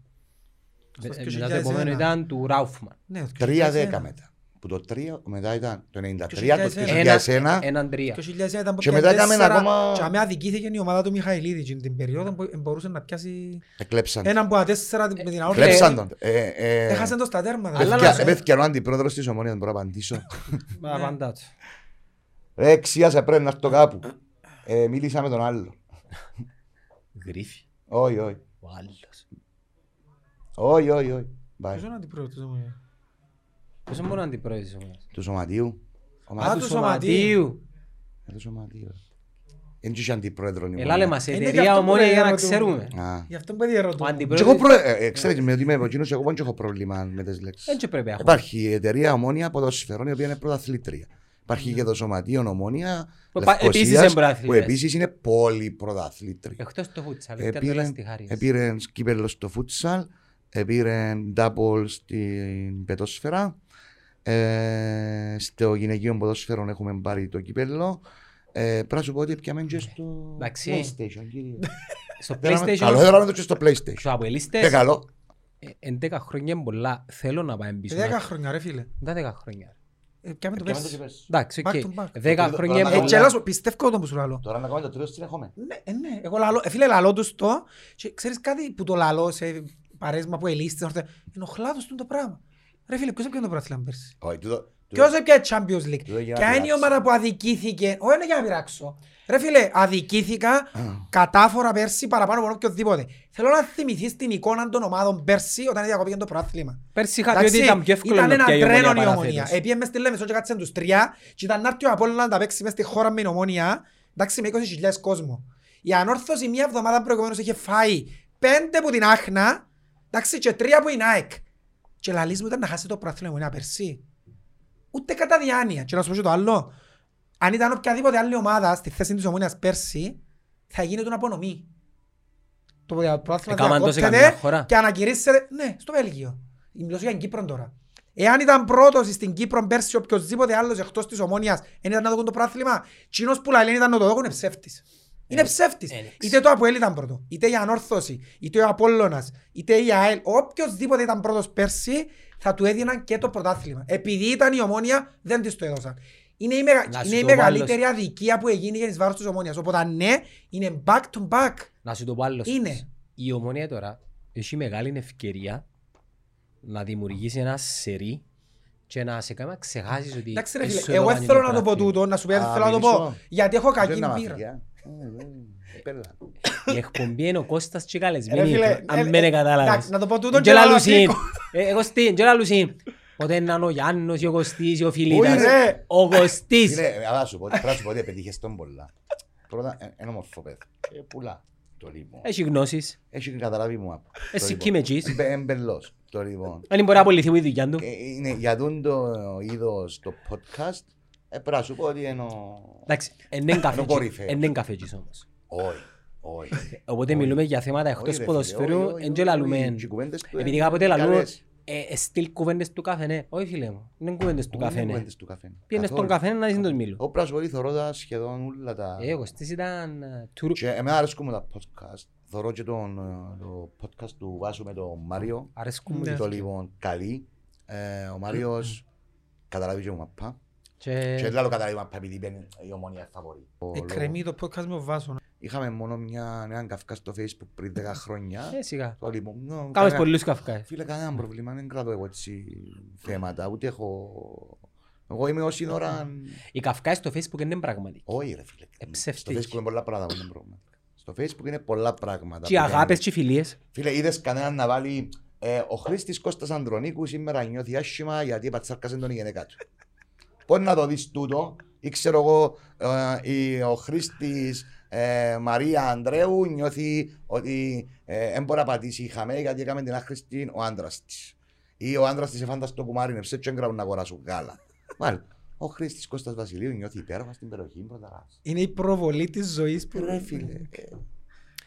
A: με-
B: Στο
A: ε,
B: 2001.
A: μετά το επόμενο ήταν του Ράουφμαν.
B: Ναι, το
C: 3-10
B: 2001.
C: μετά. Που το 3 μετά ήταν το 93, το
B: 2001.
C: 2001.
A: Έναν τρία.
B: Το 2001 ήταν
C: Και μετά έκαμε ένα ακόμα-
B: Και αμέ αδικήθηκε η ομάδα του Μιχαηλίδη και την περίοδο που μπορούσε να πιάσει
C: Εκλέψαν.
B: έναν από τα τέσσερα με την αόρτα.
C: Κλέψαν τον. Ε, ε,
B: Έχασε το στα τέρματα.
A: Αλλά
C: παιδιά,
A: να-
C: παιδιά, ο αντιπρόεδρος της Ομόνιας, μπορώ να απαντήσω.
A: Μα
B: Ναι.
A: απαντά του.
C: Ρε, ξιάσε, πρέπει να έρθω κάπου. Ε, μίλησα με τον άλλο.
A: Γκρίφι.
C: Όχι, όχι.
A: Ο άλλος.
C: Όχι, όχι, όχι. Πάει.
B: Ποιος είναι ο αντιπρόεδρος, όμως.
A: Πώς είναι μόνο αντιπρόεδρος όμως.
C: Του σωματίου. Ο
B: Α,
C: Μα-
B: του Σωματείου.
C: Ε, του σωματίου. Δεν είχε αντιπρόεδρο.
B: Ναι.
C: η
A: Ελά
C: Ομόνοια.
A: λέμε μας,
B: Είναι
A: εταιρεία
B: γι' Ε, αυτό που
A: ομόνια για να
B: λέγαμε Ναι. του-
A: ξέρουμε.
C: Α.
B: Γι' αυτό που διαρωτώ.
A: Ο
C: Και εγώ
A: αντιπρόεδρος
C: προ- ε, ε, Ξέρετε με ότι είμαι από εκείνους, εγώ δεν έχω πρόβλημα με τις λέξεις.
A: δεν και πρέπει να έχουμε.
C: Υπάρχει η εταιρεία Ομόνια ποδοσφαιρών η οποία είναι πρωταθλήτρια. Υπάρχει και το σωματείο Ομόνια
A: Ναι. Που πα-
C: Λευκοσίας,
A: επίσης είναι πρωταθλήτρες.
C: που επίσης είναι πολύ πρωταθλήτρια.
A: Εκτός το φούτσαλ, ήταν τώρα
C: Επήρε
A: στη Χάρις.
C: επήρε σκύπελος στο φούτσαλ, επήρε double στην πετόσφαιρα. Ε, στο γυναικείο ποδόσφαιρο έχουμε πάρει το κύπελο. Ε, πρέπει να σου πω ότι πιάμε και στο
A: Ναι. Εντάξει.
C: PlayStation, κύριε.
A: Στο
C: Θέλαμε- Καλό,
A: PlayStation,
C: θέλαμε το και στο PlayStation.
A: στους
C: Ε,
A: αποελίστες,
C: καλό.
A: ε, εν δέκα χρόνια είναι πολλά. Θέλω να πάμε πίσω.
B: Ε, Δέκα
A: να-
B: χρόνια ρε φίλε.
A: Δεν δέκα χρόνια.
B: Ε, Πιάμε το
C: Πιάμε το
B: πέρσι.
C: κύπελλο.
A: Εντάξει, οκ.
B: Back to back.
A: Δέκα
C: Το- το-
A: χρόνια
C: το-
B: Ε,
A: είναι
C: το-
B: και
A: πολλά.
B: λαλώ σου, πιστεύω τον που σου λαλώ.
C: Τώρα να κάνουμε το τρίτο συνεχόμενο.
B: Ναι, ε, ναι. Εγώ λαλώ, ε, φίλε λαλώ τους το και ξέρεις κάτι που το λαλώ σε παρέσμα που ελίστες, όρθια, ενοχλά τους τούτο πράγμα. Ρε φίλε, ποιος έπιανε το πρωτάθλημα πέρσι.
C: Όχι, τούτο-
B: Ποιος έπιανε Champions League.
C: Τούτο για να
B: Ποια είναι η
C: πειράξεις.
B: ομάδα που αδικήθηκε. Όχι, είναι για να πειράξω. Ρε φίλε, αδικήθηκα κατάφορα πέρσι παραπάνω από οποιοδήποτε. Θέλω να θυμηθείς την εικόνα των ομάδων πέρσι όταν διακοπήκε το πρωτάθλημα.
A: Πέρσι είχα πει ότι
B: Εντάξει,
A: ήταν πιο εύκολο
B: ήταν
A: να
B: ένα
A: πιάει η
B: τρένο η
A: ομόνια
B: ομόνια. Ε,
A: παραθέτως.
B: Επίε μες στη Λέμεσο και κάτσαν τους τρία και ήταν να έρθει ο Απόλλωνας να τα παίξει μες στη χώρα με την ομόνια. Εντάξει, με 20.000 κόσμο. Η ανόρθωση μια εβδομάδα προηγουμένως είχε φάει πέντε που την Άχνα εντάξει, και τρία που είναι ΑΕΚ. Και λαλείς μου ήταν να χάσει το πρωτάθλημα η ομόνια πέρσι. Ούτε κατά διάνοια. Και να σου πω και το άλλο. Αν ήταν οποιαδήποτε άλλη ομάδα στη θέση της ομόνιας πέρσι, θα γίνεται απονομή. Το πρωτάθλημα
A: Έκαναν τόσο
B: διακόπτεται
A: καμιά χώρα.
B: και ανακηρύσσεται, ναι, στο Βέλγιο. Μιλώ για την Κύπρο τώρα. Εάν ήταν πρώτος στην Κύπρο πέρσι οποιοδήποτε άλλος εκτός της ομόνιας, δεν ήταν να δοκούν το πράθλημα, κοινός που λαλένε ήταν να το δοκούν είναι ψεύτης. Είναι
A: Ε,
B: ψεύτης.
A: ε, εντάξει.
B: Είτε το Αποέλ ήταν πρώτο, είτε η Ανόρθωση, είτε ο Απόλλωνας, είτε η ΑΕΛ, οποιοδήποτε ήταν πρώτος πέρσι, θα του έδιναν και το πρωτάθλημα. Επειδή ήταν η ομόνια, δεν της το έδωσαν. Είναι η, μεγα...
A: Να σου
B: είναι η
A: το βάλω
B: μεγαλύτερη αδικία που έγινε για τις βάρους της ομόνιας. Οπότε ναι, είναι back to back.
A: Να σου το πω άλλος.
B: Είναι.
A: σας. Η ομονία τώρα έχει μεγάλη ευκαιρία να δημιουργήσει ένα σερί και να σε κάνει να ξεχάσεις ότι...
B: Εντάξει ρε
A: Ε, εσύ
B: φίλε,
A: εδώ
B: εγώ
A: κάνει
B: θέλω να το πω
A: πρωτάθλημα.
B: τούτο, να σου πει
C: Α,
B: δεν θέλω να το πω,
C: μιλήσω.
B: γιατί έχω
C: Δεν
B: κακή
C: να μάθει,
B: πείρα.
C: ε. Ε, ε, πέλα.
A: Η εκπομπή είναι ο Κώστας και οι
B: Ρε
A: καλεσμένοι,
B: φίλε, ε,
A: αν με
B: ε,
A: κατάλαβες.
B: εντάξει, να το πω τούτον
A: Και
B: και να
A: λαλούσιν.
B: αναπλύκω.
A: Ε, Εγώ στην, και λαλούσιν. Ποτέ να είναι ο Γιάννος, ο Κωστής, ο Φιλίτας.
C: Όχι,
B: ρε.
A: Ο Κωστής.
C: Φίλε, αλλά σου πω- πρέπει να σου πω ότι επετύχες τον πολλά. Πρώτα, ε, ένα όμορφο παιδί. Ε, Πουλά το λοιπόν.
A: Έχει γνώσεις.
C: Έχει καταλάβει μου απ.
A: Εσύ
C: Το λοιπόν.
A: κείμετζης.
C: Μπε- εμπελός, το λοιπόν.
A: Αν μπορεί να απολυθεί με τη δουλειά του.
C: Ε, Είναι για τούν το είδος το podcast. ε, Πρέπει να σου πω ότι εννοώ.
A: Εντάξει, εν είναι καφέτζι-
C: κορυφαίος.
A: εν είναι καφέτζις όμως.
C: Όχι, όχι.
A: Οπότε
C: Όχι.
B: ε.
A: μιλούμε για θέματα
C: Όχι, ρε
A: εκτός
C: φίλε,
A: ποδοσφαίρου,
C: όχι, όχι,
A: εν
C: όχι,
A: και λαλούμε.
C: οι κουβέντες
B: Ναι.
C: του
A: Επειδή
C: είναι
A: κάποτε λαλούν,
C: καλές.
A: ε, ε, στυλ κουβέντες του καφενέ. Όχι φίλε μου, δεν είναι κουβέντες του ναι.
C: Όχι, είναι
A: καφενέ.
C: κουβέντες του καφέ.
A: Πήγαινε στον
C: Καθόλου.
A: καφενέ να δεις να τους μιλούν.
C: Εγώ πρέπει να σου πω ότι θωρώ τα σχεδόν όλα τα...
A: Ε, Εγώ στις ήταν ε, τουρ-
C: Και εμένα αρέσκουν μου τα podcast. Θωρώ και τον, ε, το podcast του Βάσου με τον Μάριο.
A: αρέσκουν μου
B: Ναι.
A: και-
C: Το λοιπόν καλή. Ε, ο Μάριος καταλάβει και μου μαπά. Και
A: και
C: δεν λέω καταλάβει μαπά επειδή είναι η ομονία φαβορή.
A: Ε,
C: Ο λόγος.
B: Εκκρεμεί Ε, το podcast με ο Βάσο.
C: Είχαμε μόνο μια νέα καυκά στο facebook πριν 10 χρόνια.
A: ε, σιγά.
C: Το λοιπόν, νο,
A: Κάμες
C: κανένα-
A: πολλούς καφκάες.
C: Φίλε κανένα πρόβλημα, δεν κρατώ εγώ έτσι θέματα, ούτε έχω... Εγώ είμαι όση ώρα...
A: Οι καφκάες στο facebook είναι πραγματικοί.
C: Όχι ρε φίλε.
A: Ε,
C: Στο
A: ψεύτικη.
C: facebook είναι πολλά πράγματα. που είναι πρόβλημα. Στο facebook είναι πολλά πράγματα.
A: Και οι
C: που
A: αγάπες
C: κάνεις.
A: και οι φιλίες.
C: Φίλε, είδες κανέναν να βάλει Ε, ο Χρήστη Κώστα Ανδρονίκου σήμερα νιώθει άσχημα γιατί πατσάρκασε τον η γυναίκα του. Πώ να το δεις τούτο, ή ξέρω εγώ, ε, η- ο Χρήστης Μαρία Ανδρέου νιώθει ότι ε, δεν μπορεί να πατήσει η χαμέ γιατί έκαμε την άχρηστη ο άντρας της. Ή ο άντρας της εφάντας στο κουμάρι είναι ψέτσο, έγκραουν να αγοράσουν γάλα. Μάλιστα. Ο Χρήστης Κώστας Βασιλείου νιώθει υπέροχα στην περιοχή Πρωταρά.
B: Είναι η προβολή της ζωής που...
C: Ρε φίλε.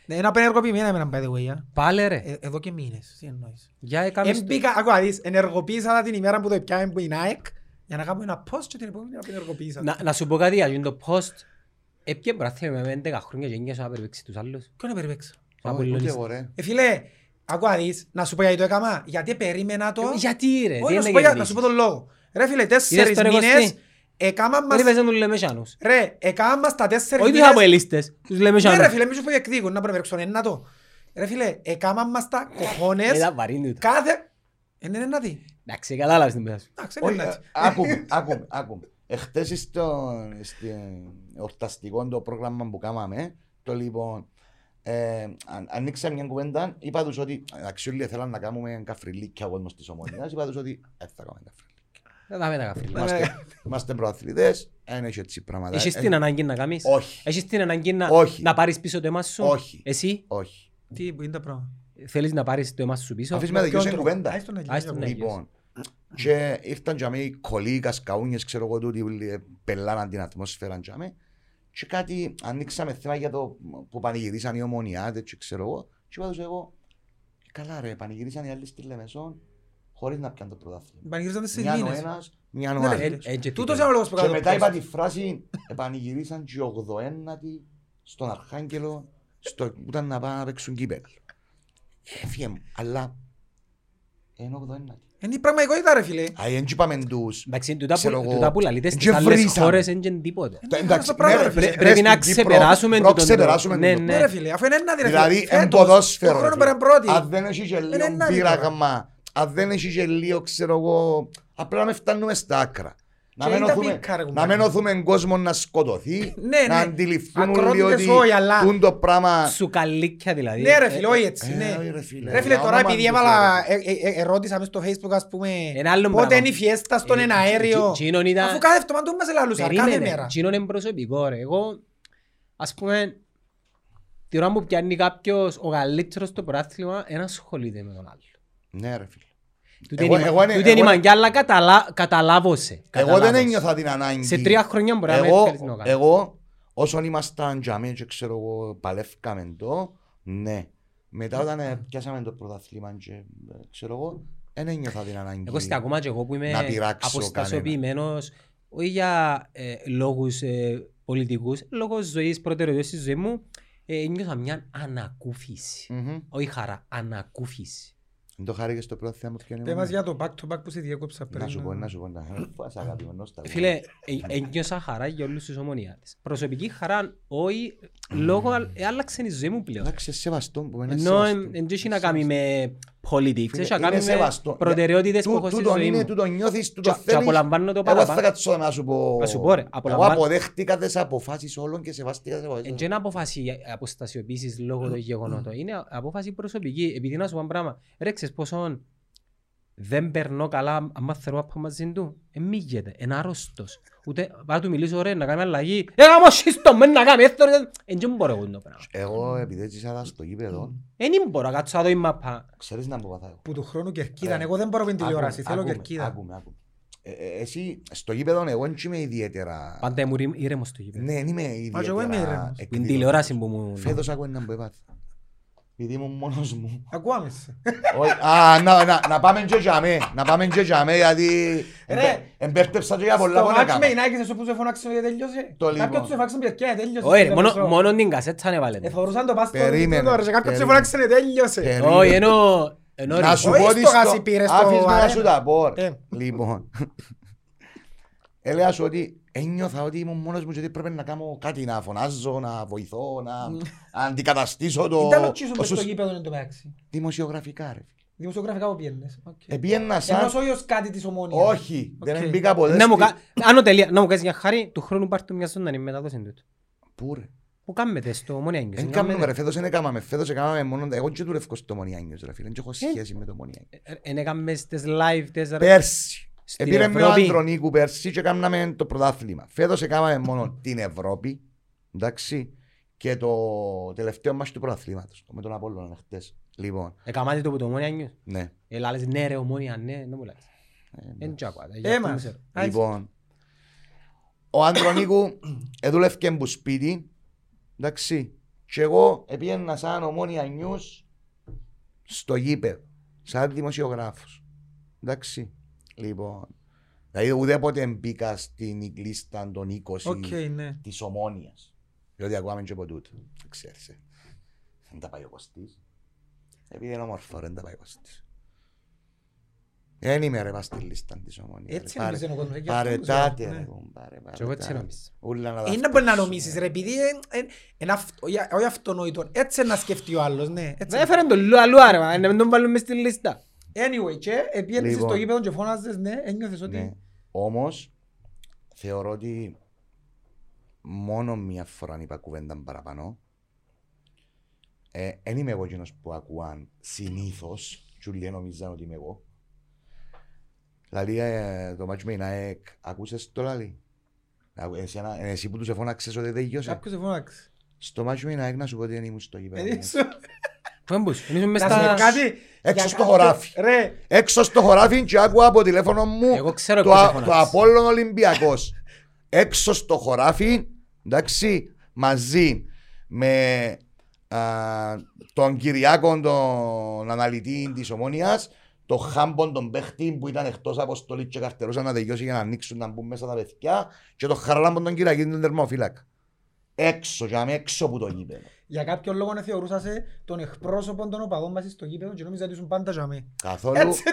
B: Ναι, είναι απενεργοποιημένα εμένα, by the way. α.
A: Πάλε ρε.
B: Ε, Εδώ και μήνες, τι εννοείς.
A: Για έκαμε.
B: Εν μπήκα, ακούω, δεις, ενεργοποίησα τα την ημέρα που το πιάμε που είναι ΑΕΚ για να κάνω ένα post και την επόμενη να απενεργοποίησα.
A: Να, να σου πω κάτι, αλλιώς το post. Ε, Έπιε μπράθυμα με 11 χρόνια και έγινε σαν να περιπέξει τους άλλους.
B: Ποιο να περιπέξω.
A: Σαν
C: Όχι, ούτε
A: πολύ
C: εγώ, ρε.
B: Ε, φίλε, ακούω, δεις, να σου πω γιατί το έκανα. Γιατί περίμενα το...
A: Ε, Γιατί ρε,
B: Όχι,
A: τι είναι
B: να σου πω για- να
A: κερδίσεις.
B: σου πω τον λόγο. Ρε φίλε, τέσσερις
A: τον
B: μήνες
A: Κωστή.
B: έκανα
A: Δεν
B: μας...
A: είπες να τους λέμε σάνους.
B: Ρε, έκανα μας τα τέσσερις
A: Όχι τους
B: μήνες...
A: χαμοελίστες, τους λέμε
B: Ναι ρε
A: σάνους.
B: φίλε, μη σου πω εκδίκουν, να πρέπει να ένα το. Ρε φίλε, έκανα μας τα κοχώνες
A: Ήταν Ε, βαρύνει τούτο.
B: κάθε... Ε, ναι, ναι, να δει.
A: Εντάξει, κατάλαβες την πέτα σου.
B: Εντάξει,
C: Όχι,
B: είναι
C: ε,
B: εντάξει.
C: Άκουμε, άκουμε, άκουμε. Εχθές στο στην εορταστικό το πρόγραμμα που κάμαμε, το λοιπόν, ε, αν- ανοίξα μια κουβέντα, είπα τους ότι αξιούλοι θέλαν να κάνουμε καφριλίκια ο κόσμος της ομονίας, είπα τους ότι δεν θα κάνουμε καφριλίκια.
A: Δεν θα με Ε, τα καφρίλα.
C: Είμαστε- Είμαστε προαθλητές, δεν έχει έτσι πράγματα.
A: Έχεις
C: Ε,
A: την ανάγκη να κάνεις.
C: Όχι,
A: Έχεις την ανάγκη να,
C: Όχι.
A: να πάρεις πίσω το αίμα σου.
C: Όχι.
A: Εσύ
C: όχι.
B: Τι, που είναι τα πράγματα.
A: θέλεις να πάρεις το αίμα σου πίσω.
C: Αφήσουμε να
B: Με ποιον
C: δικαιώσει
B: τρόπο.
C: κουβέντα.
B: Άιστο να
A: Άιστο
B: γίνει.
A: να-
C: Λοιπόν, και ήρθαν για μένα κολλοί, κασκαούνιες, ξέρω εγώ τούτοι, που λέ- πελάναν την ατμόσφαιρα για μένα. Και κάτι ανοίξαμε θέμα για το που πανηγυρίσαν οι ομονιάτες και ξέρω εγώ. Και είπα τους εγώ, καλά ρε, πανηγυρίσαν οι άλλοι στη Λεμεσόν χωρίς να πιάνουν το πρωτάθλημα.
B: Πανηγύρισαν τέσσερις
C: Μιαν ο
B: μήνες.
C: ένας, μιαν ο
B: Ναι, ρε,
C: άλλος.
A: Ε, ε, και
B: Τούτος
A: τίποτα.
B: είναι ο λόγος που
C: Και
B: κάνω
C: μετά είπα
B: podcast.
C: τη φράση, επανηγυρίσαν και οι 81η στον Αρχάγγελο στο, που ήταν να πάνε να παίξουν κύπελ. Έφυγε μου, αλλά είναι 81η.
B: Είναι η πραγματικότητα ρε φίλε.
C: Α, δεν είπαμε τους.
A: Εντάξει, τούτα που-
C: Ξέρω εγώ. Ε,
A: τούτα που λαλείτε στις
C: Και
A: άλλες
C: βρίσαμε.
A: χώρες δεν είναι τίποτα.
C: Τα- Εντάξει,
B: αυτό το πράγμα,
C: ναι,
B: ρε φίλε.
C: ρε,
A: Πρέπει
C: στην
A: να
C: Κύπρο,
A: ξεπεράσουμε
C: πρέπει να
A: τούτον το-
C: ξεπεράσουμε
A: ναι,
C: τούτον.
A: ναι.
B: Ναι ρε φίλε, αφού είναι ένα ρε φίλε.
C: Δηλαδή, εν
B: Φέτος,
C: ποδόσφαιρο,
B: Το χρόνο
C: ρε,
B: πέραν
C: φίλε.
B: πρώτη.
C: Αν δεν έχεις και
B: Είναι
C: λίγο
B: ένα
C: πείραγμα, αν δεν έχεις και λίγο, ξέρω εγώ, απλά να μην φτάνουμε στα άκρα. Να
B: Και
C: μην
B: είναι τα
C: οθούμε-
B: πίκαρα που
C: Να μην
B: κάνουμε.
C: οθούμε κόσμο να σκοτωθεί,
B: Ναι,
C: να
B: ναι.
C: αντιληφθούν όλοι
B: Ακρότητες
C: ότι
B: όχι, αλλά-
C: τούν το πράγμα.
A: Σου καλύκια δηλαδή.
B: Ναι ρε
A: Ε,
B: φίλε, όχι έτσι.
C: ε,
B: ναι.
C: όχι, ρε, φίλε.
B: Ρε φίλε,
C: Για
B: τώρα
C: όνομα
B: επειδή
C: του
B: έβαλα,
C: Θεού.
B: ε, ε, ε, ερώτησα μες στο facebook ας πούμε,
A: Ένα άλλο
B: πότε
A: πράγμα.
B: είναι η φιέστα στον
A: Ε, τζι-
B: εναέριο.
A: τζινόν ήταν-
B: Αφού κάθε εβδομάδα μας λαλούσαν, κάθε
A: Περίμενε,
B: μέρα.
A: τσινόν είναι προσωπικό ρε. Εγώ, ας πούμε, τη ώρα που πιάνει κάποιος ο καλύτερος στο πρωτάθλημα, δεν ασχολείται με τον άλλο.
C: Ναι, ρε φίλε.
A: Τούτη
C: Εγώ-
A: είναι η
C: εγώ
A: μα-
C: είναι-
A: τούτη είναι η
C: εγώ-
A: μαγκιά, αλλά καταλά- καταλάβωσε.
C: Εγώ δεν
A: Καταλάβωσε.
C: ένιωθα την ανάγκη.
A: Σε τρία χρόνια μπορεί να με
C: Εγώ-
A: έφερες να κάνω.
C: Εγώ, όσον ήμασταν τζαμί και ξέρω εγώ παλεύκαμε το, ναι. Μετά όταν
A: Ναι.
C: ε, πιάσαμε το πρωταθλήμα και ε, ξέρω εγώ, δεν ένιωθα την ανάγκη.
A: Εγώ στα ακόμα και εγώ που είμαι
C: να πειράξω
A: αποστασιοποιημένος, όχι για ε, λόγους ε, πολιτικούς, λόγω ζωής, προτεραιότητας της ζωής μου, ε, νιώθα μια ανακούφιση.
C: Μμμ.
A: Όχι χαρά, ανακούφιση.
C: Εν το χάρηκες στο πρώτο θέμα ποιο
B: Πες
C: είναι.
B: Ε, μας για το back to back που σε διέκοψα πριν.
C: Ε, ναι. Να σου πω, να σου πω. να- Ε, φας, αγαπημένο, στα λέω.
A: Φίλε, ε- ένιωσα χαρά για όλους τους ομονιάτες. Προσωπική χαρά, όχι, λόγω, α- ε, άλλαξε η ζωή μου πλέον.
C: Εντάξει, σεβαστό που είναι
A: Ενώ
C: σεβαστό.
A: δεν έχει να κάνει με politics,
C: Φίλε,
A: έχει να
C: είναι
A: κάνει
C: σεβαστό.
A: με προτεραιότητες που
C: Τού-
A: έχω στη
C: τούτον
A: ζωή
C: είναι,
A: μου.
C: τούτον νιώθεις, τούτον
A: Και- και
C: θέλεις.
A: απολαμβάνω το
C: Εγώ θα
A: παραπάνω.
C: κάτσω να σου πω.
A: Να σου πω, ρε,
C: Εγώ
A: απολαμβάνω-
C: αποδέχτηκα τις αποφάσεις όλων και σεβαστήκα τις αποφάσεις
A: Εν
C: όλων.
A: και είναι απόφαση αποστασιοποίησης λόγω των γεγονότων. Είναι α- απόφαση προσωπική. Επειδή να σου πω ένα πράγμα, ρε ξέρεις πόσο δεν περνώ καλά άμα θέλω να πάω μαζί του. Ε, μίγεται, είναι άρρωστος. Ούτε πάρα να του μιλήσω ρε να κάνει αλλαγή. Ε, άμα σύστο, μεν να κάνει, έθω ρε. Εν και μπορώ εγώ το πράγμα.
C: Εγώ επειδή ζήσα τα στο γήπεδο,
A: Εν μπορώ να κάτσω να δω η μαπά.
C: ξέρεις να μου παθάω. εγώ.
B: Που του χρόνου κερκίδα.
C: Ε,
B: Εγώ δεν μπορώ με την
C: Άκουμε,
B: τηλεόραση. Θέλω
C: άκουμε,
B: κερκίδα.
C: Άκουμε, άκουμε. Ε, ε, εσύ στο γήπεδο ναι, εγώ δεν είμαι ιδιαίτερα...
A: Πάντα ήμουν ήρη- ήρεμος στο γήπεδο.
C: Ναι, δεν είμαι
B: Μα και εγώ είμαι
C: ιδιαίτερα...
B: ήρεμος.
A: Την
C: εκδηλωτικός.
A: τηλεόραση που μου...
C: Φέτος άκου έναν που έπαθα. Επειδή ήμουν μόνος μου.
B: Ακούαμε σε.
C: Όχι, Α, να- να- να πάμε και για μέ, να πάμε και για μέ, γιατί...
B: Ρε.
C: εμπε- Εμπέρτεψα και για πολλά
B: Στο
C: που να
B: μάτς με
C: κάνω.
B: η Νάκη σε όπου σε φώναξε ότι τελειώσε.
C: Το λοιπόν.
B: Κάποιος σε φάξε πιερκιά, τελειώσε.
A: Όχι ρε,
B: Ήταν
A: μόνο-
B: μισό.
A: μόνο την κασέτσα ανέβαλε.
B: Εφορούσαν Ε, το πάστο.
C: Περίμενε,
B: τώρα, σε Κάποιος σε
C: περίμενε.
B: φώναξε ότι τελειώσε.
C: Περίμενε.
A: Όχι, ενώ... ενώ ρε.
C: Ε, Να σου
B: Όχι
C: πω
B: στο
C: ότι στο...
B: γάσι πήρες το
C: Άφης με να
B: αρένα.
C: σου τα πω. ρε.
B: Ε.
C: Λοιπόν. Έλεγα σου ότι ένιωθα ότι ήμουν μόνος μου και ότι πρέπει να κάνω κάτι, να φωνάζω, να βοηθώ, να αντικαταστήσω το...
B: Ήταν ο Τσίσον
C: το
B: μες στο
C: σουσ-
B: γήπεδο εν τω μεταξύ.
C: Δημοσιογραφικά ρε.
B: Δημοσιογραφικά που πιένες. Οκ.
C: Επίεννα
B: Ενώ
C: Ε, σαν...
B: Ε, ο Σόγιος κάτι της ομόνιας.
C: Όχι,
B: Οκ.
C: δεν μπήκα ποτέ.
A: Να Ναι, μου
C: στη-
B: Ε,
A: κα- Άνω τελεία, να μου κάνεις μια χάρη, του χρόνου πάρ' του μια ζωντανή μετάδοση τούτου.
C: Πού ρε.
A: που κάμετε στο Μονιάνιος.
C: Δεν κάνουμε ρε, φέτος δεν έκαναμε, φέτος έκαναμε μόνο, εγώ και δουλεύω στο Μονιάνιος ρε φίλε, δεν
B: Ε.
C: έχω σχέση με το Μονιάνιος.
A: Δεν έκαμε τις live τις ρε.
C: Πέρσι,
A: Στην
C: Ε, επήρε με ο
A: Ευρώπη.
C: Ανδρονίκου πέρσι και κάναμε το πρωτάθλημα. Φέτος έκαναμε μόνο την Ευρώπη, εντάξει, και το τελευταίο μας του πρωταθλήματος, με τον Απόλλωνα χτες. Λοιπόν,
A: Εκαμάτε το που το Μονιάνιος.
C: ναι.
A: Έλα λες ναι ρε ομόνια ναι, δεν μου λες.
C: Ε,
A: Δεν τσάκουατε.
B: Έμα.
C: Λοιπόν, ο Αντρονίκου εδούλευκε μου σπίτι, εντάξει, και εγώ επήγαινα σαν ομόνια νιούς στο γήπεδο, σαν δημοσιογράφος, εντάξει, λοιπόν. Δηλαδή ουδέποτε μπήκα στην κλίστα των 20
B: Οκ, ναι.
C: της ομόνιας, διότι ακούγαμε και από τούτο, ξέρεις, ε. δεν τα πάει ο Κωστής, επειδή είναι όμορφο, δεν τα πάει ο Κωστής. Δεν είμαι ρε πας στη λίστα της ομόνιας.
B: Έτσι
C: ρε, πάρε.
B: νομίζει ο κόσμος. γι' αυτό νομίζω,
C: Παρετάτε
B: ναι.
C: ρε λοιπόν, κομπάρε,
A: Και εγώ έτσι
C: παρετάτε.
A: νόμιζα.
C: Ούλα να τα
B: Ε, Είναι μπορεί να
C: φτιάξουμε.
B: νομίσεις ρε, επειδή εν- εν- εν αυ- όχι- όχι αυτονόητο. Έτσι να σκεφτεί ο άλλος, ναι. Έτσι.
A: Δεν Ε, έφεραν τον Λουα Λουα ρε, μα, ε, να μην τον βάλουμε στην λίστα.
B: Anyway, και επίενεσαι
C: Λοιπόν.
B: στο γήπεδο και φώναζες, ναι, ένιωθες
C: Ναι.
B: ότι...
C: Όμως θεωρώ ότι μόνο μία φορά είπα κουβέντα παραπάνω. Δεν είμαι εγώ εκείνος που ακούαν συνήθως Τζουλιέ νομίζαν ότι είμαι εγώ. Δηλαδή ε, το μάτσο με την ΑΕΚ ακούσες το λαλί. Ακού- εσύ ένα- Εσύ που τους εφώναξες ότι δεν γιώσε.
B: Κάποιος σε φώναξε.
C: Στο μάτσο με την ΑΕΚ να σου πω ότι δεν ήμουν στο γήπεδο.
B: Ε, σου-
A: Πού έμπους, εμείς μες
B: Να σου
A: στα...
B: πω κάτι.
C: Έξω
B: για
C: στο
B: κάποιο-
C: χωράφι.
B: Ρε,
C: Έξω στο χωράφι και άκουγα από τηλέφωνο μου
A: Εγώ ξέρω
C: το,
A: ποιος
C: α-
A: έφωναξε.
C: το Απόλλων Ολυμπιακός. Έξω στο χωράφι, εντάξει, μαζί με α, τον Κυριάκο, τον αναλυτή της Ομόνιας, τον Χάμπον, τον παίχτη που ήταν εκτός αποστολής και καρτερούσαν να τελειώσει για να ανοίξουν να μπουν μέσα τα παιδιά και τον Χαραλάμπον τον Κυριακή, τον τερμοφύλακα. Έξω, για μένα έξω που το γήπεδο.
B: Για κάποιο λόγο να θεωρούσασαι τον εκπρόσωπο των οπαδών μας στο γήπεδο και νόμιζα ότι ήσουν πάντα jamais.
C: Καθόλου
B: Έτσι το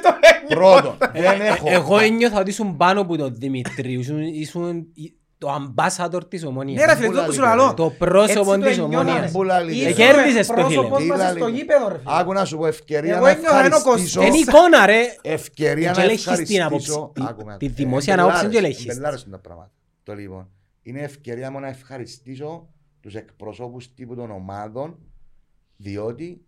B: ένιωσα.
C: πρώτον. Δεν
A: Ε,
C: έχω.
A: Εγώ ένιωθα ότι ήσουν πάνω από τον Δημητρίου, ήσουν- ήσουν η- το ambassador της ομόνιας.
B: Ναι ρε φίλε,
C: Μπουλά
B: το που σου
C: λίγο,
B: λαλώ.
C: ρε.
A: Το πρόσωπο της
C: ένιωνα.
A: ομόνιας.
C: Μπουλά λίγο.
B: Ήσουν
A: Ε, κέρδισες το, φίλε.
B: εκπρόσωπος
C: Μπουλά
B: μας στο
C: λίγο.
B: γήπεδο ρε φίλε.
C: Άκου να σου πω ευκαιρία
B: Εγώ
C: να
B: ένιωθα ένα
C: ευχαριστήσω.
B: κοστός.
A: Είναι εικόνα ρε.
C: Ευκαιρία
A: Και
C: να
A: ελέγχεις την
C: ευχαριστήσω.
A: άποψη, τη-
C: Άκου με,
A: τη
C: ε,
A: δημόσια
C: εμπελάρες,
A: άποψη και ελέγχεις της.
C: εμπελάρες είναι τα πράγματα. Το λοιπόν. Είναι ευκαιρία μου να ευχαριστήσω τους εκπροσώπους τύπου των ομάδων διότι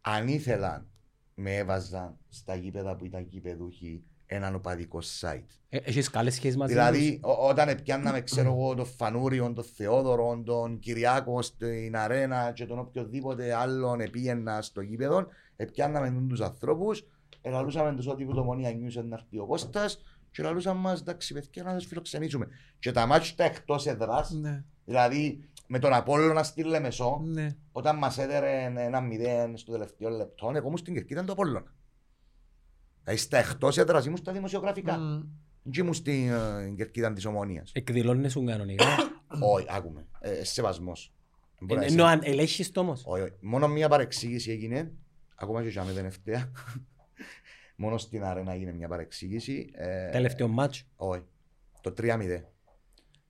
C: αν ήθελαν με έβαζαν στα γήπεδα που ήταν γήπεδούχοι έναν οπαδικό site.
A: Ε, Έχεις καλές σχέσεις μαζί τους.
C: Δηλαδή, ό- όταν επιάνναμε, ξέρω εγώ, τον Φανούριον, τον Θεόδωρο, τον Κυριάκο στην αρένα και τον οποιοδήποτε άλλον επίεννα στο γήπεδο, επιάνναμε τους ανθρώπους, ελαλούσαμε τους ότι το μονία νιούσε να έρθει ο Κώστας και ελαλούσαμε μας, εντάξει, παιδιά, να σα φιλοξενήσουμε. Και τα μάτια τα εκτός εδρά,
B: Ναι,
C: δηλαδή με τον Απόλλωνα στη Λεμεσό,
B: ναι.
C: όταν μας έδερε ένα μηδέν στο τελευταίο λεπτό, εγώ ήμουν στην Κερκίδα ήταν το Απόλλωνα. Δηλαδή, στα εκτός έδρας ήμουν στα δημοσιογραφικά.
B: Μμ.
C: Και ήμουν στην ε, κερκίδα της Ομόνια.
A: Εκδηλώνεσουν κανονικά.
C: Όχι, άκουμε. Ε, Σεβασμό.
A: Ε, Ενώ αν ελέγχεις το όμως.
C: Όχι, όχι. ε, Μόνο μία παρεξήγηση έγινε. Ακόμα και jamais δεν ευθέα. Μόνο στην αρένα έγινε μια παρεξήγηση. Ε,
A: Τελευταίο μάτσο.
C: Όχι. Το 3-0.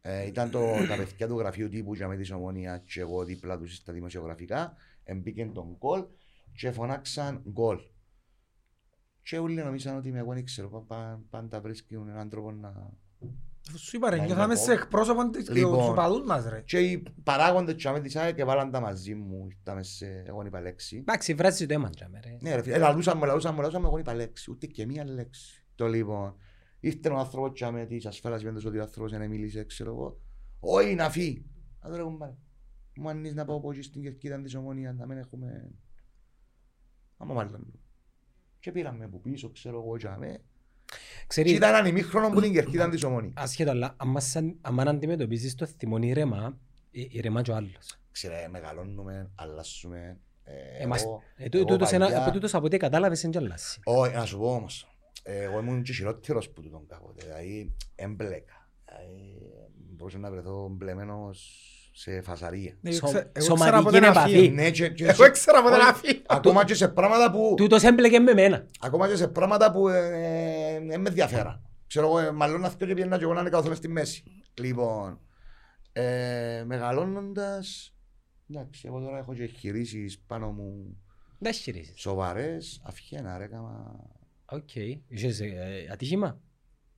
C: Ε, ήταν το, τα παιδιά του γραφείου τύπου για με τη Ομόνια και εγώ δίπλα τους στα δημοσιογραφικά. Εμπήκε τον γκολ και φωνάξαν γκολ. Και όλοι νομίζαν ότι είμαι εγώ, δεν ξέρω, πα- πα- πάντα βρίσκουν έναν τρόπο να,
B: Αφού Σου είπα ρε,
C: Να
B: νιώθαμε
C: είναι
B: σε
C: ακόμα.
B: εκπρόσωπο της-
C: Λοιπόν.
B: τους οπαδούς μας ρε.
C: Και οι παράγοντες τσάμε της ΑΕΚ έβαλαν τα μαζί μου, ήρθαμε σε εγώ είπα λέξη.
A: Εντάξει, βράζει το αίμα τζάμε, ρε.
C: Ναι ρε φίλε, λαλούσαμε, λαλούσαμε, λαλούσαμε, εγώ είπα λέξη, ούτε και μία λέξη. Το λοιπόν, ήρθε ο άνθρωπος τσάμε της ασφάλειας, μέντος ότι ο άνθρωπος δεν μίλησε, ξέρω εγώ. Όχι να φύγει. Αν τώρα κουμπάρε. Μου ανείς να πάω πότσι στην κερκίδα της ομόνιας, να μην έχουμε... Άμα μάλλον. Και πήραμε από πίσω, ξέρω εγώ τσάμε. Και
A: Ξέρεις,
C: ήταν έναν ημίχρονο που την κερκίδα της ομόνιας.
A: ασχέτω, αλλά άμα σαν- άμα αντιμετωπίζεις το θυμόν ήρεμα, ε, ηρεμά και ο άλλος.
C: Ξέρε, μεγαλώνουμε, αλλάσουμε. ε,
A: Εμάς-
C: εγώ-
A: Ε, τού-
C: εγώ
A: τούτος ένα-
C: παλιά-
A: Από τούτος από ό,τι κατάλαβες είναι και αλλάζει.
C: Όχι, να σου πω όμως. Εγώ ήμουν και χειρότερος που τούτον κάποτε. Δηλαδή, εμπλέκα. Δηλαδή, μπορούσα να βρεθώ μπλεμένος σε φασαρία.
B: Ναι, εγώ
A: Σω-
B: ξε- εγώ
A: σωματική
B: ξέρω από την
A: επαφή.
B: αφή.
C: Ναι, και, και,
B: Εγώ ξέρω από την αφή.
C: ακόμα και σε πράγματα που,
A: Τούτος έμπλεκε με μένα.
C: ακόμα και σε πράγματα που ε, ε, ε, με ενδιαφέραν. Ξέρω εγώ, ε, μάλλον αυτό και πιένα και εγώ να είναι καθόλου στη μέση. Λοιπόν, ε, μεγαλώνοντας, εντάξει, εγώ τώρα έχω και χειρίσεις πάνω μου
A: Δεν χειρίζεις.
C: σοβαρές, αυχένα ρε, έκανα
A: Οκ. Είχες ε, ατύχημα.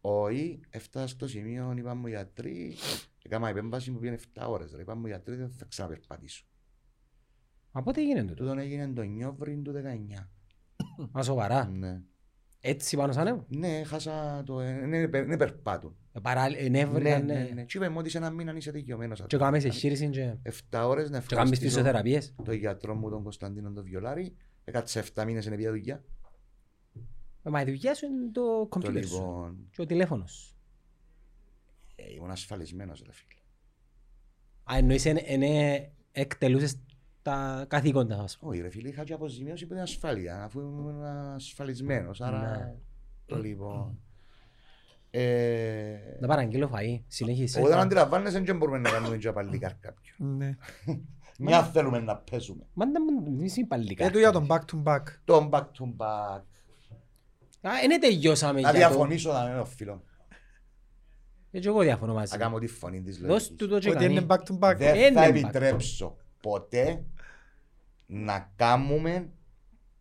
C: Όχι, έφτασα στο σημείο, είπα μου γιατροί, έκανα επέμβαση που πήγαινε 7 ώρες. ρε. Είπα μου γιατροί, δεν θα ξαναπερπατήσω.
A: Μα πότε έγινε τούτο.
C: Τούτον έγινε το Νιόβριν του 19.
A: Μα σοβαρά.
C: Ναι.
A: Έτσι πάνω σαν Ε, έμ.
C: Ναι, χάσα το... ε, Ναι, περ- ναι, περπάτω.
A: Παράλληλα, ενέβρια, ναι.
C: Τι είπε μου ότι σε ένα μήνα είσαι δικαιωμένος.
A: Και κάμε σε χείριση και...
C: 7 ώρες να
A: Και κάμε
C: ευχαριστήσω
A: φυσιοθεραπείες.
C: τον γιατρό μου τον Κωνσταντίνο τον Βιολάρη. Έκατσε 7 μήνες στην επία δουλειά.
A: Ε, Μα η δουλειά σου είναι το
C: Το
A: κομπιούτερ σου.
C: λοιπόν...
A: Και ο τηλέφωνος σου.
C: ε, Ήμουν ασφαλισμένος ρε φίλε.
A: Α, εννοείς εν- εν- ε, εκτελούσες τα καθήκοντα ας πούμε.
C: Όχι ρε φίλε, είχα και αποζημίωση που ήταν ασφάλεια, αφού ήμουν ασφαλισμένος, άρα...
A: Ναι.
C: Το λοιπόν... Ε,
A: Να ε, παραγγείλω φαΐ, συνέχισε.
C: Όταν αντιλαμβάνεσαι δεν μπορούμε να κάνουμε και παλικάρ κάποιον.
B: Ναι.
C: Μια θέλουμε να παίζουμε.
A: Μα δεν μου δεν είσαι παλικά.
B: Ε, το για τον back to back.
C: Το back to back.
A: Α, δεν τελειώσαμε
C: Να
A: Ε, για το.
C: διαφωνήσω να είναι φίλο.
A: Έτσι εγώ διαφωνώ μαζί.
C: Να κάνω τη φωνή της
A: Δώσ'
C: λογικής.
A: του το
B: Ότι είναι
A: τσεκανί.
B: back to back.
A: Δε-
C: Δεν θα
A: είναι back.
C: επιτρέψω ποτέ να κάνουμε,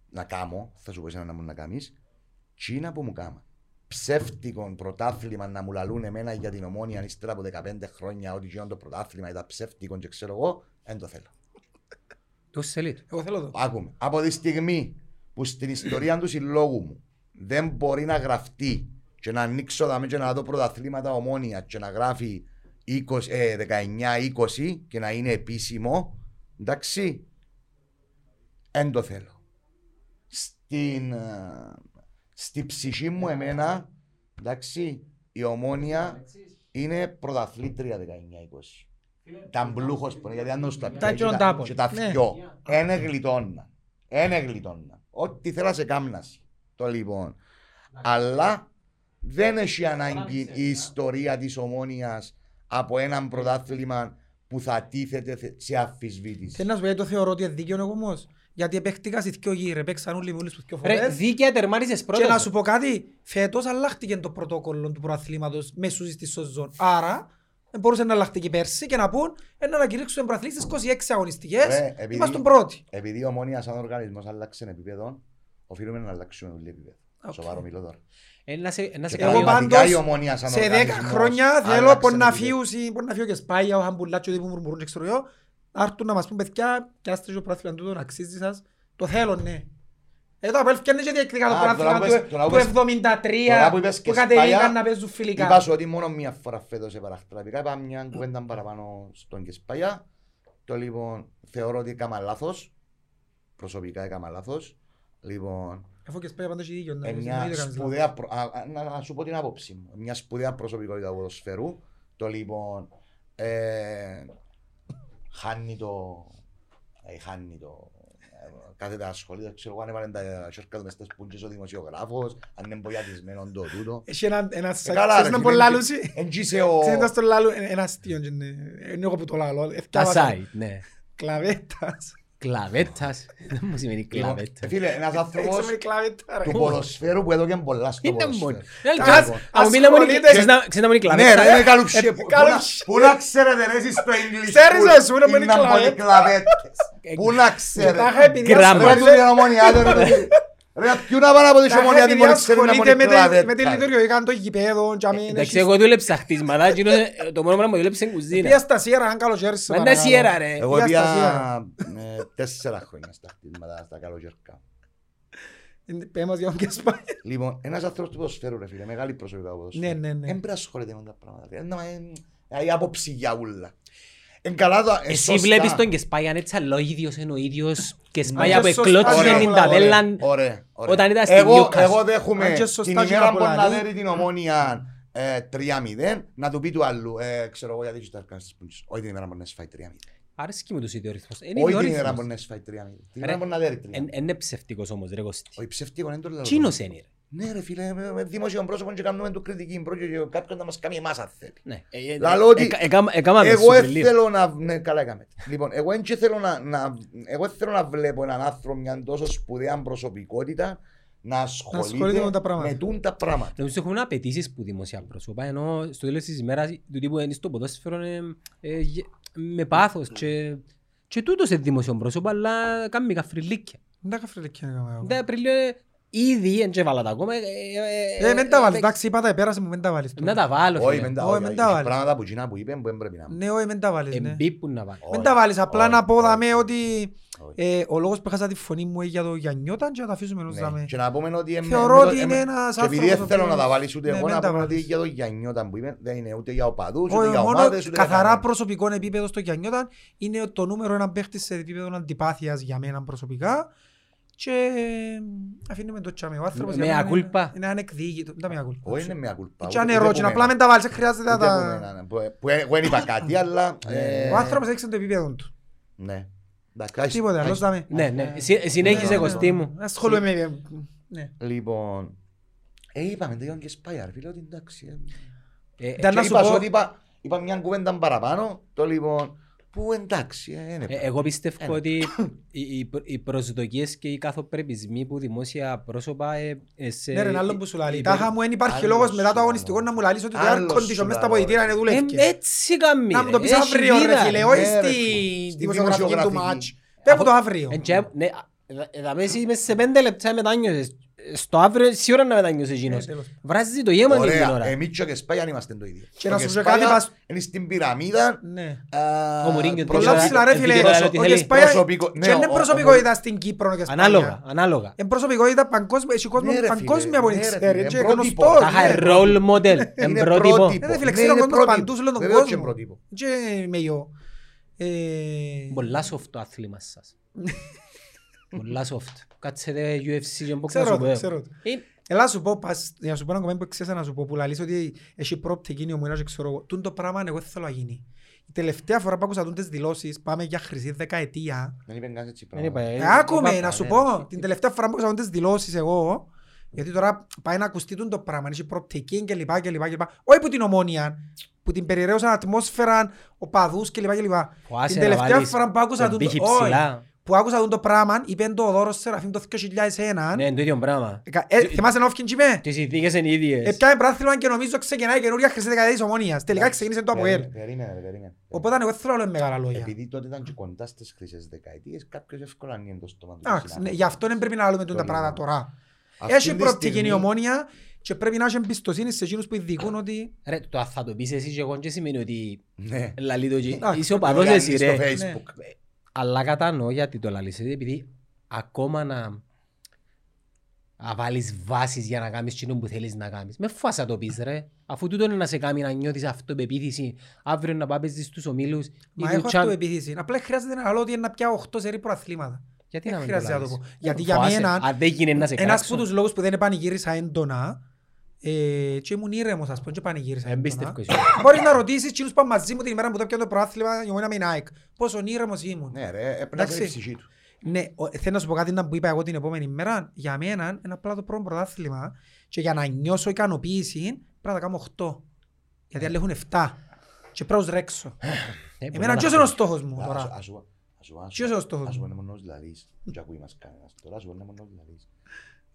C: να κάνω, θα σου πω εσένα να μου να κάνεις, τσίνα που μου κάμα. Ψεύτικο πρωτάθλημα να μου λαλούν εμένα για την ομόνια ύστερα από 15 χρόνια ότι γίνονται το πρωτάθλημα ήταν ψεύτικο και ξέρω εγώ, δεν το θέλω.
A: Το σελίτ.
B: Εγώ θέλω το.
C: Άκουμε. Από τη στιγμή που στην ιστορία του συλλόγου μου δεν μπορεί να γραφτεί και να ανοίξω δαμέ και να δω πρωταθλήματα ομόνια και να γράφει 20, ε, 19-20 και να είναι επίσημο, εντάξει, δεν το θέλω. Στην, ε, στη ψυχή μου εμένα, εντάξει, η ομόνια είναι πρωταθλήτρια 19-20 ήταν πλούχος που είναι, γιατί αν τα
B: Τα
C: και
B: εκείνον
C: τα-
B: τάπον.
C: και τα
B: Ναι.
C: θκυο. Ένε γλιτώνα. Ένε γλιτώνα. Ό,τι θέλα σε κάμνας. Το λοιπόν. Αλλά δεν έχει ανάγκη η ιστορία της ομόνιας από έναν πρωτάθλημα που θα τίθεται θε- σε
B: Θέλω
C: αφισβήτηση.
B: να σου πω γιατί το θεωρώ ότι είναι δίκαιο εγώ όμως. Γιατί επέχτηκα σε δυο γύρε, παίξαν όλοι μόλις τους δυο
A: Ρε,
B: φορές.
A: δίκαια τερμάρισες
B: Ε, Και
A: πρώτος.
B: να σου πω κάτι, φέτος αλλάχτηκε το πρωτόκολλο του προαθλήματος μέσω στη σοζόν. Άρα, δεν μπορούσε να αλλάχτηκε πέρσι και να πούν ε, να ανακηρύξουν προαθλή στις 26 αγωνιστικές,
C: Ρε, επειδή-
B: είμαστε πρώτοι.
C: Επειδή η ομόνια σαν οργανισμός άλλαξε επίπεδο, οφείλουμε να αλλάξουμε όλοι επίπεδο.
B: Οκ.
C: Σοβαρό μιλώ τώρα.
A: Ε, να σε- να σε
C: Και
B: Εγώ
A: κάνει-
B: πάντως,
C: πραγματικά η ομόνια σαν
B: Σε 10
C: οργανισμός
B: χρόνια θέλω
C: άλλαξε επίπεδο.
B: ποναφίους ή ποναφίου και σπάγια, ο Χαμπουλάτσιο που μουρμουρούν και ξέρω εγώ, να έρθουν να μας πούν παιδιά, πιάστε το προαθλήμα τούτο, αξίζει σας. Το θέλω, ναι. Εδώ απέλ φτιάχνεις και διεκδικά το
C: Α, τώρα
B: προαθλήμα
C: που
B: του-
C: πες- τώρα που
B: του
C: πες-
B: 73
C: τώρα που είπες και
B: που κατεβήκαν
C: σπάγια,
B: να παίζουν φιλικά.
C: Είπα σου ότι μόνο μία φορά φέτος επαραχτραπικά. Είπα μια κουβέντα παραπάνω στον Κεσπαγιά. Το λοιπόν θεωρώ ότι έκανα λάθος. Προσωπικά έκανα λάθος. Λοιπόν,
B: Αφού και σπάγια πάντως έχει δίκιο, να
C: ε,
B: μην
C: μια
B: το κάνεις λάθος.
C: σπουδαία, προ- α, α, να, να σου πω την άποψη μου. Μια σπουδαία προσωπικότητα του ποδοσφαιρού. Το λοιπόν, ε, χάνει το, ε, χάνει το, ε, κάθεται ασχολείται, ξέρω εγώ αν έβαλε τα σέρκα του μες στις πουντζές ο δημοσιογράφος, αν είναι εμπογιατισμένο το τούτο. Ε,
B: Έχει ένα, ένα σακ,
C: καλά,
B: ξέρεις Ε,
C: ρε,
B: να
C: φίλε,
B: πω
C: είναι-
B: λάλουση.
C: Εν τζίσε ο...
B: Ξέρεις να στο λάλου, ε, ένα αστείο και είναι είναι εγώ που το λάλω. ε,
A: Τα
B: θκιάβασα.
A: site, ναι.
B: Κλαβέτας.
A: Κλαβέτας. Δεν μου σημαίνει
C: Λοιπόν,
A: κλαβέτας.
C: Φίλε, ένας άνθρωπος
B: Έξω με κλαβέτα ρε.
C: του ποδοσφαίρου που έδωκε πολλά στο
A: Είναι μόνο.
C: ποδοσφαίρο.
A: Ρε,
B: Τα-
A: κάτσε,
B: Λοιπόν.
A: άμα μίλα μόνο η-
B: Ασχολείται-
A: ξέρεις να- ξέρεις να μόνο η
C: Ναι,
A: κλαβέτα. Ε,
C: ρε,
B: Ε,
C: είναι καλουψία. Πού
B: καλούψε.
C: να- Πού να ξέρετε ρε εσείς το English
B: Ξέρεις,
C: school,
B: εσύ, είναι μόνο οι
C: είναι μόνο οι
B: κλαβέτες.
C: κλαβέτες. Πού να
B: Και τα είχα
C: ξέρετε.
B: επειδή
A: Γκράμμα.
C: Ρε
B: ασχολείται-
C: του την ομονιά του. ρε. Ρε ποιου να πάνε από
B: τα
C: τις
B: είχα
C: ομονιά την
B: επειδή
C: μόνη ξέρουν να
B: ασχολείται
C: μόνη
B: με τη- με τη
C: κλαβέτα.
B: λειτουργιογικά των γηπέδων, και αμήν,
A: Εντάξει,
B: έχεις-
A: εγώ δούλεψα χτίσματα. εκείνος, ε, Το μόνο πράγμα που δούλεψε είναι κουζίνα.
B: Πήγα στα Sierra, αν καλό χέρι σε
A: Μα είναι
B: παρακαλώ.
A: Sierra, ρε.
C: Εγώ
B: Πήγα
C: πήγα
B: στα
C: ε, τέσσερα χρόνια στα χτίσματα, στα καλογερκά.
B: Ε, πες μας για όποιον σπάει.
C: Λοιπόν, ένας άνθρωπος του ποδοσφαίρου ρε φίλε, μεγάλη προσωπικά του ποδοσφαίρου.
B: Ναι, ναι, ναι.
C: Εν πρέπει να ασχολείται με τα πράγματα. ρε. Να, ε, ε, Η άποψη για ούλα. Εν καλά το... ε,
A: Εσύ
C: σωστά.
A: βλέπεις τον και σπάει αν έτσι αλλά ο ίδιος είναι ο ίδιος και σπάει
B: Αν
A: από
B: και σωστά
A: εκλώτησε
B: είναι
A: την
B: όλα,
A: ταβέλα
C: Ωραία, ωραία.
A: όταν ήταν στη
C: Εγώ,
A: Newcastle.
C: εγώ δέχομαι
B: Αν και σωστά
C: την
B: και
C: ημέρα
B: να
C: που
B: πολλά,
C: να
B: ναι.
C: δέρει την ομόνια ε, 3-0 να του πει του άλλου ε, ξέρω εγώ γιατί έχεις τα αρκάνα στις πούντες. Όχι την ημέρα που να σφάει 3-0.
A: Άρεσκε μου τους ιδιορυθμούς.
C: Όχι
A: Είναι
C: την ημέρα που
A: ιδιορυθμός.
C: να σφάει 3-0. Την
A: Ρε,
C: ημέρα που να δέρει 3-0.
A: Είναι ψευτικός όμως ρε Κωστή.
C: Όχι ψευτικός, είναι το λαό.
A: Τσίνος είναι ρε.
C: Ναι ρε φίλε, με- με δημόσιο πρόσωπο και κάνουμε του κριτική. Πρώτα και κάποιον να μας κάνει εμάς αν θέλει.
A: Ναι. Ε, ε,
C: Λαλό ότι
A: εκα- εκάμα- Εκάμαμε
C: Εγώ
A: Super
C: εν
A: League.
C: θέλω να. Ναι, καλά έκαμε. Λοιπόν, εγώ δεν θέλω να, να, εγώ εν θέλω να βλέπω έναν άνθρωπο μια τόσο σπουδαία προσωπικότητα να
B: ασχολείται
C: ασχολείται
B: με τα πράγματα.
C: με τούν τα πράγματα.
A: Νομίζω έχουν απαιτήσεις που δημοσία πρόσωπα, ενώ στο τέλος της ημέρας του τύπου είναι στο ποδόσφαιρο ε, ε, γε- με πάθος και, και τούτος σε δημοσιόν πρόσωπο, αλλά κάνουμε καφριλίκια.
B: Δεν τα καφριλίκια να κάνω εγώ.
A: Δεν πριν λέει, ε, Ήδη, εν και βάλα τα ακόμα. ε, ε,
B: Ε, μην τα βάλεις,
A: ε,
B: εντάξει, είπα τα, πέρασε μου, μην τα βάλεις.
A: Να
B: τώρα.
A: τα βάλω,
C: Όχι,
A: φίλε.
C: μεν τα-
B: Όχι,
C: όχι,
B: μεν
C: όχι.
B: τα βάλεις.
C: Πράγματα που εκείνα που είπε που δεν πρέπει να
B: Ναι, όχι, μην τα βάλεις, ναι.
A: Εμπίπουν να βάλω.
B: Μην τα βάλεις, απλά
C: Όχι,
B: να πω
C: όχι,
B: δαμέ
C: όχι.
B: ότι
C: Όχι.
B: ε, ο λόγος που έχασα τη φωνή μου είναι για το Γιαννιώτα και να τα αφήσουμε ενός
C: Ναι.
B: δαμέ.
C: Και να πούμε ότι... εμ-
B: Θεωρώ
C: εμ-
B: ότι
C: εμ-
B: είναι ένας
C: Και επειδή
B: άνθρωπος ο
C: δεν θέλω να τα
B: οποίος-
C: βάλεις ούτε
B: Ναι,
C: εγώ
B: μην
C: να
B: τα
C: πούμε ότι
B: βάλεις.
C: για το Γιαννιώτα που είπε δεν είναι ούτε για οπαδούς, ούτε
B: Όχι,
C: για
B: μόνο
C: ομάδες, ούτε για
B: καθαρά
C: κανέναν.
B: προσωπικό επίπεδο στο Γιαννιώτα είναι το νούμερο ένα παίχτη σε επίπεδο αντιπάθειας για μένα προσωπικά και αφήνουμε το τσάμε. Ο άνθρωπος
A: Μea
B: για μένα είναι-
A: culpa.
B: είναι ανεκδίκητο. Δεν τα μea culpa.
C: Όχι, είναι μια κουλπά.
B: Και αν ερώτηση, απλά μην τα βάλεις, δεν χρειάζεται να
C: ναι,
B: τα...
C: Εγώ δεν είπα κάτι, αλλά... ε,
B: Ο άνθρωπος έδειξε το επίπεδο του.
C: Ναι. Εντάξει, ας-
B: Τίποτε,
C: ας-
B: αλλιώς δαμέ.
A: Ναι, ναι. Συ- Συνέχισε,
B: Ναι,
A: Κωστή
B: ναι.
A: μου.
B: Ασχολούμαι με... ναι.
C: Λοιπόν... Ε, είπαμε, τελειώνει και σπάει, αρφίλε, ότι εντάξει. ε.
A: Ε, ε,
B: Ήταν
C: Και
B: να σου
C: είπα σου
B: πω...
C: ότι είπα- είπα μια κουβέντα παραπάνω, το λοιπόν... Που εντάξει, ε, είναι
A: Ε, εγώ πιστεύω
C: Ένα.
A: ότι οι, οι, οι προσδοκίες και οι καθοπρεπισμοί που δημόσια πρόσωπα. Ε, ε, σε,
B: Ναι ρε, είναι άλλο που σου λαλεί.
A: υπε-
B: Τάχα μου, δεν υπάρχει
C: Άλλος
B: λόγος μετά
C: σου
B: το αγωνιστικό
C: λαλώ.
B: να μου λαλείς ότι το air
C: Άλλος
B: condition
C: σου
B: μες στα
C: λαλώ,
B: αποδητήρια
C: ρε.
B: είναι
A: Ε,
B: δουλεύκες.
A: έτσι καμία.
B: Να μου το πεις αύριο ρε φίλε, όχι
C: Ναι, ρε,
B: στη
C: φίλε. Ε,
B: στη
C: Στη
B: δημοσιογραφική του
C: δημοσιογραφική.
B: μάτς. Πες μου το αύριο.
A: Ναι, δαμε εσύ μες σε πέντε λεπτά μετάνιωσες. Στο αύριο σίγουρα να μετάνιωσες εκείνος.
B: Ε, τέλος.
A: Βράζει το γέμα την
C: Ωραία,
A: ώρα.
C: εμείς και ο Κεσπάι αν είμαστε το ίδιο.
B: Και
C: Ο
B: να σου πω
C: Κεσπάι
B: κάτι, πας-
C: Είναι στην πυραμίδα.
B: Ναι.
C: α,
A: Ο Μουρίνιο
C: προσωπικό-
A: Πολλά
B: Πολλά ψηλά ρε φίλε.
A: επειδή τώρα ότι
B: Ο
A: θέλει
B: Κεσπάια-
C: προσωπικό- ναι,
B: Και είναι
C: ο- ο-
B: προσωπικότητα στην Κύπρο και Σπάνια. Ε,
A: Ανάλογα, ανάλογα.
B: Είναι προσωπικότητα παγκόσμια, έχει κόσμο
C: Ναι, ρε, φίλε.
B: παγκόσμια που
C: Ναι,
B: την
C: ρε,
B: ξέρει,
C: φίλε.
B: και
C: Είναι πρότυπο.
B: γνωστός,
A: Τάχα
B: ναι.
A: ρόλ μοντέλ. Εν
C: Είναι
A: πρότυπο.
C: πρότυπο.
B: Ναι, ρε, φίλε,
C: Ναι,
B: ξέρω
C: είναι
B: κόσμο
C: πρότυπο.
B: παντού σε όλο τον
C: Βεβαίως και
B: κόσμο.
C: πρότυπο.
B: Και με γιο. Ε,
A: Πολλά soft το άθλημα σας. Πολλά soft. Κάτσετε UFC και μπόξα
B: Ξέρω
A: σου
B: το,
A: πω. Ε,
B: ξέρω το.
A: Είναι-
B: Έλα σου πω, πας, για να σου πω ένα κομμάτι που ξέσα να σου πω, που λαλείς ότι έχει πρόπτικη είναι ο μοίρας και ξέρω εγώ. Τούν το πράγμα εγώ δεν θέλω να γίνει. Η τελευταία φορά που άκουσα τούν τις δηλώσεις, πάμε για χρυσή δεκαετία.
C: Δεν είπε κανένας έτσι
A: Δεν είπα,
C: πράγματα.
A: ε,
B: Ε, Άκουμε,
A: είπα,
B: να σου
A: ναι.
B: πω, την τελευταία φορά που άκουσα τούν τις δηλώσεις εγώ, γιατί τώρα πάει να ακουστεί τούν το πράγμα, έχει πρόπτικη και λοιπά και λοιπά και λοιπά. Όχι που την ομόνια, που την περιραίωσαν ατμόσφαιρα, οπαδούς και λοιπά και λοιπά.
A: Ο Άσε
B: Την
A: να
B: τελευταία
A: βάλεις
B: φορά που άκουσα ε,
A: τον
B: τούν
A: πύχη
B: το- όχι.
A: ψηλά.
B: Που άκουσα τούν το πράγμα, είπε το ο Δώρος Σεραφείμ το 2001.
A: Ναι, είναι το ίδιο πράγμα.
B: Εκα- ε, Θυμάσαι να όφκιν τσιμέ.
A: Και οι συνθήκες είναι ίδιες.
B: Επιάνε πράθυλο και νομίζω ξεκινάει η καινούρια χρυσή δεκαετία της ομόνιας. Τελικά
C: Εντάξει,
B: ξεκίνησε ε, το
C: Ε, περίμενε,
B: ΑΠΟΕΛ.
C: Περίμενε, ρε, περίμενε.
B: Οπότε εγώ δεν θέλω να λέω μεγάλα λόγια.
C: Επειδή τότε ήταν και κοντά στις χρυσές δεκαετίες, κάποιος εύκολα ανοίγει το στόμα του.
B: Εντάξει, ναι, γι' αυτό δεν πρέπει να λέμε τούτα
C: Το
B: πράγματα
C: λέω.
B: τώρα.
C: ναι. Αυτή
B: Έχει
C: τη
B: προοπτική
C: στιγμή-
B: η ομόνια και πρέπει να έχει εμπιστοσύνη σε εκείνους που ειδικούν ότι...
A: Ρε, το αν θα το πεις εσύ και εγώ δεν σημαίνει ότι
C: Ναι.
A: λαλεί το και-
B: Εντάξει,
A: Είσαι ο παδός
C: Λαλείς
A: εσύ
C: στο
A: ρε.
B: Ναι.
C: Facebook.
A: Αλλά κατανοώ γιατί το λαλείς έτσι, επειδή ακόμα να να βάλεις βάσεις για να κάνεις εκείνο που θέλεις να κάνεις. Με φάσα το πεις ρε. Αφού τούτο είναι να σε κάνει να νιώθεις αυτοπεποίθηση, αύριο να πάμε στους ομίλους. ή
B: Μα
A: του
B: έχω
A: Chan-
B: αυτοεπιθύση. Απλά χρειάζεται να λέω ότι είναι να πιάω 8 σερή προαθλήματα.
A: Γιατί
B: Δεν
A: να μην το
B: χρειάζεται να το
A: λαλείς.
B: πω. Γιατί για
A: Φοάσαι.
B: μένα-
A: Αν δεν γίνει να σε
B: Ένας από
A: κράξω.
B: τους λόγους που δεν πανηγύρισα έντονα ε, και ήμουν ήρεμος ας πούμε και πανηγύρισα
C: Ε,
A: Ε,
B: έντονα.
A: Εμπίστευκος.
B: Μπορείς να ρωτήσεις εκείνους που ήταν μαζί μου την ημέρα που το πιάνω το προάθλημα η ομόνια με την ΑΕΚ. Πόσο ήρεμος ήμουν.
C: Ναι, ρε, έπρεπε να
B: Εντάξει.
C: είναι η ψυχή του.
B: Ναι, ο- θέλω να σου πω κάτι να- που είπα εγώ την επόμενη μέρα. Για μένα είναι απλά το πρώτο πρωτάθλημα και για να νιώσω ικανοποίηση πρέπει να τα κάνω 8. Γιατί άλλοι έχουν 7. Και πρέπει να τους ρέξω.
A: Ε, μπορεί
B: Εμένα
A: να
B: ποιος
A: τα
B: είναι ο
A: χάσει.
B: στόχος μου
C: Α, ας-
B: τώρα.
C: ας σου- ας σου- ας
B: Ποιος είναι ο στόχος
C: Ας
B: μου.
C: πούμε μόνος λαλείς, και ακούει μας κανένας. Τώρα ας πούμε μόνος λαλείς.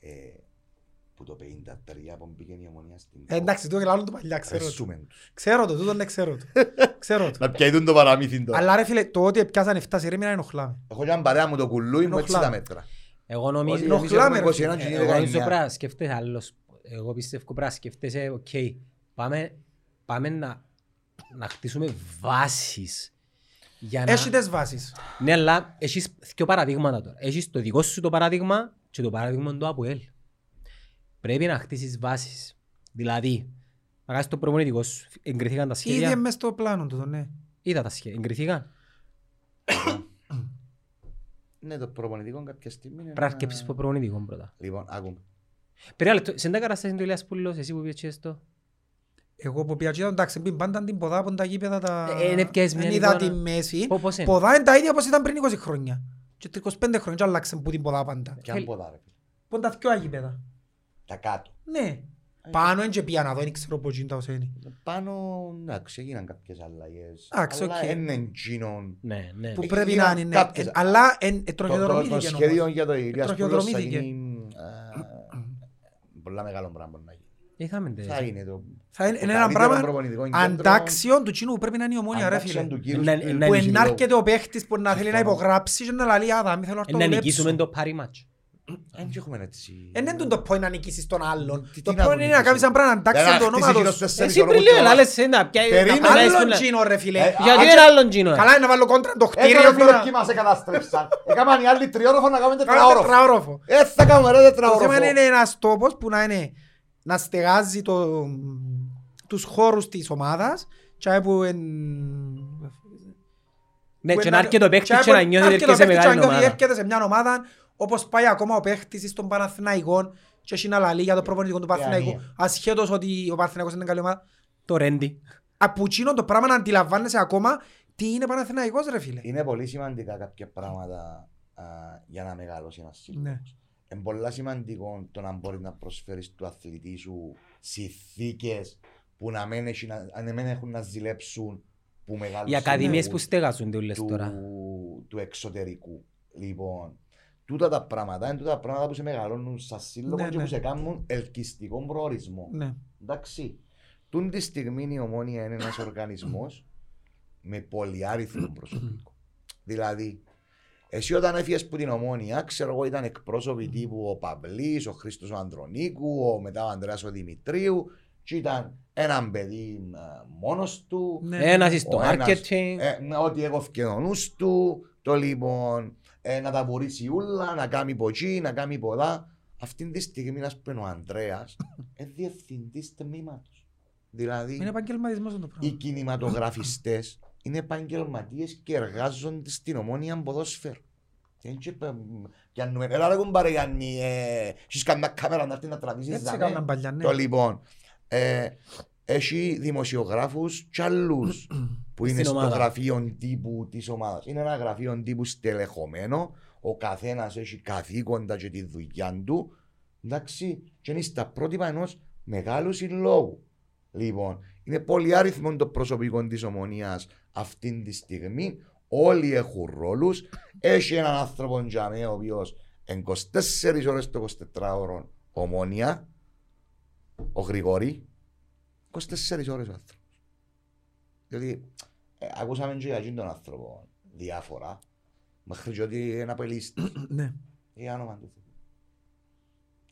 C: Ε, Που το 53 που μπήκε η ομονία στην...
B: Ε, Εντάξει, το γελάω το παλιά,
A: Ε,
B: ξέρω το.
C: Ρεσούμε τους.
B: Ξέρω το, τούτο ναι, ξέρω το. Ξέρω το.
C: Να πιαίδουν το παραμύθι τώρα.
B: Αλλά ρε φίλε, το ότι πιάσαν 7 σειρή μην ενοχλάμε.
C: Έχω και έναν παρέα μου το κουλούι μου έτσι τα
B: Ενοχλάμε.
C: μέτρα.
A: Εγώ
C: Ότι
A: νομίζω...
B: ενοχλάμε,
C: εμείς έχουμε
B: ρε
C: 21
B: φίλε.
C: και
A: Ε,
C: γίνεται
A: Εγώ νομίζω
C: 19.
A: πρέπει να σκέφτεσαι άλλος. Εγώ πιστεύω πρέπει να σκέφτεσαι, οκ, πάμε, πάμε να, να χτίσουμε βάσεις. Για να...
B: Έχει τις βάσεις.
A: Ναι, αλλά έχεις δύο παραδείγματα τώρα. Έχεις το δικό σου το παράδειγμα και το παράδειγμα του ΑΠΟΕΛ. Πρέπει να χτίσεις βάσεις. Δηλαδή, να κάνεις το προπονητικό σου. Εγκριθήκαν τα σχέδια.
B: Ήδη μες στο πλάνο του, ναι.
A: Είδα τα σχέδια. Εγκριθήκαν.
C: Ναι, το προπονητικό κάποια στιγμή είναι
A: Πρέπει να
C: ένα-
A: αρκέψεις το προπονητικό πρώτα.
C: Λοιπόν, άκουμε.
A: Περί λεπτό, σε εντά κατάσταση είναι το Ηλίας Πουλός, εσύ που πήγες και στο.
B: Εγώ που πήγα και ήταν, εντάξει, μπήκαν πάντα την ποδά από τα γήπεδα τα...
A: Ε, ε, δεν πιάσεις μια
B: Δεν είδα
A: εικόνα.
B: τη μέση.
A: Πω, Πώς είναι.
B: Ποδά είναι τα ίδια όπως ήταν πριν 20 χρόνια. Και τα 25 χρόνια και άλλαξαν που την ποδά πάντα.
C: Κι αν ποδά, ρε.
B: Πον τα δυο αγίπεδα.
C: Τα κάτω.
B: Ναι. Πάνω είναι και πια να δω, δεν ξέρω πώς γίνεται όσο είναι.
C: Πάνω, εντάξει, έγιναν κάποιες αλλαγές.
B: Εντάξει,
C: Αλλά
B: οκ.
C: είναι εκείνον.
A: Ναι, ναι.
B: Που
C: Έχει
B: πρέπει να
C: γίνει
B: είναι, ναι.
C: κάποιες-
B: Ε, Αλλά εν- ε,
C: Το- το- Το
B: τροχιοδρομήθηκε
C: σχέδιο
B: όμως.
C: για το Ηλίας Πουλός θα
B: Τροχιοδρομήθηκε.
C: γίνει... ε, Πολλά μεγάλο πράγμα να γίνει.
A: Είχαμε τε.
C: Θα είναι το...
B: Θα είναι-
C: το
B: είναι ένα
C: καλύτερο
B: πράγμα
C: προπονητικό κέντρο
B: Αντάξιον του κοινού που πρέπει να είναι η ομόνια ρε
C: αντάξεων
B: φίλε.
C: του κύρους
A: Να-
C: του-
A: να-
B: Που
A: είναι
B: ενάρκεται ο παίχτης που να θέλει να
C: Συμφωνώ.
B: υπογράψει και Ε, να λαλεί άδα, μη θέλω να το
A: Ε, Να νικήσουμε
B: δουλέψω.
A: το πάρει μάτσο.
C: Δεν Ε, έχουμε έτσι. Ε,
B: Εν έντουν το point να νικήσεις ναι, τον άλλον.
C: Τι-
B: Το
C: τι να
B: point είναι να
C: νικήσεις.
B: κάνεις ένα πράγμα να
C: Δεν
B: αντάξεις το
C: χτίσει
B: όνομα
C: γύρω
B: τους.
C: στους τέσσερις
A: Εσύ πριν
C: ορμούς
A: λέω,
C: τώρα.
A: λάλλες να πια...
C: Περίμενε,
A: να παρέσεις
B: Άλλον
A: πολλά.
B: τζίνο ρε φίλε.
C: Ε,
A: Γιατί
B: Άτσε-
A: είναι άλλον τζίνο. ε?
B: Καλά είναι να βάλω κόντρα το
C: Έκανα
B: χτίριο τώρα.
C: φιλοκή μας, εκαταστρέψαν. Έκαναν οι άλλοι τριόροφο να κάνουμε
B: Κάνω
C: τετραόροφο.
B: τετραόροφο.
C: Ε, θα κάνουμε ρε
B: Το
C: τετραόροφο.
B: θέμα είναι ένας τόπος που να είναι να στεγάζει το, τους χώρους της ομάδας και να που εν...
A: Ναι,
B: που
A: και
B: εν-
A: να έρχεται ο παίκτης
B: και
A: και να
B: που-
A: νιώθει ότι
B: έρχεται ο
A: έρχεσαι
B: παίκτης και να
A: μεγάλη
B: νιώθει
A: ομάδα.
B: έρχεται σε μια ομάδα όπως πάει ακόμα ο παίκτης στον Παναθηναϊκό και έχει να λαλεί για το προπονητικό του
A: Ναι,
B: Παναθηναϊκού
C: Ιαννία.
B: ασχέτως ότι ο Παναθηναϊκός είναι καλή ομάδα.
A: Το Ρέντι.
B: Από εκείνο το πράγμα να αντιλαμβάνεσαι ακόμα τι είναι Παναθηναϊκός ρε φίλε.
C: Είναι πολύ σημαντικά κάποια πράγματα α, για να μεγαλώσει ένας σύλλογος.
B: Ναι.
C: Είναι πολύ σημαντικό το να μπορείς να προσφέρεις του αθλητή σου συνθήκες που να μην έχει να- αν δεν έχουν να ζηλέψουν που μεγάλους
A: Οι ακαδημίες που
C: συλλόγους
A: στέγαζονται όλες
C: του,
A: τώρα.
C: του εξωτερικού. Λοιπόν, τούτα τα πράγματα είναι τούτα τα πράγματα που σε μεγαλώνουν σαν σύλλογο
B: Ναι,
C: και
B: ναι.
C: που σε κάνουν ελκυστικό προορισμό.
B: Ναι.
C: Εντάξει. Τούν τη στιγμή η ομόνια είναι ένας οργανισμός με πολυάριθμο προσωπικό. δηλαδή, εσύ όταν έφυγες που την ομόνια, ξέρω εγώ, ήταν εκπρόσωποι τύπου ο Παυλής, ο Χρήστος ο Ανδρονίκου, ο μετά ο Ανδρέας ο Δημητρίου, και ήταν έναν παιδί μόνος του.
B: Ναι.
A: Ένας στο
C: Ο ένας-
A: marketing.
C: Ε, ναι, ότι εγώ νους του, το λοιπόν ε, να τα βουρήσει ούλα, να κάνει ποτσί, να κάνει πολλά. Αυτή τη στιγμή, ας πούμε, ο Ανδρέας είναι διευθυντής τμήματος.
B: Είναι
C: Δηλαδή,
B: επαγγελματισμός αυτό το
C: οι
B: πράγμα.
C: κινηματογραφιστές είναι επαγγελματίες και εργάζονται στην ομόνια ποδόσφαιρο. Και έτσι, πε- πιάνουμε, Έλα ρε κουμπάρε Γιάννη, ε, έχεις καμιά κάμερα να έρθει να τραβήσεις
B: Έτσι
C: δαμέ».
B: έκαναν παλιά, ναι.
C: Το λοιπόν, ε, έχει δημοσιογράφους και άλλου που είναι
A: Στην
C: στο
A: ομάδα.
C: γραφείο τύπου της ομάδας. Είναι ένα γραφείο τύπου στελεχωμένο. Ο καθένας έχει καθήκοντα και τη δουλειά του. Εντάξει, και είναι στα πρότυπα ενός μεγάλου συλλόγου. Λοιπόν, είναι πολύ άριθμο το προσωπικό της ομονίας αυτή τη στιγμή. Όλοι έχουν ρόλους. Έχει έναν άνθρωπο τζαμέ ο οποίος 24 ώρες το 24ωρο ομόνια. Ο Γρηγόρη. 24 ώρες ο άνθρωπος. Διότι ε, ακούσαμε και για εκείνον τον άνθρωπο διάφορα. Μέχρι και ότι είναι απελίστη.
B: Ναι.
C: Για όνομα του. Θεού.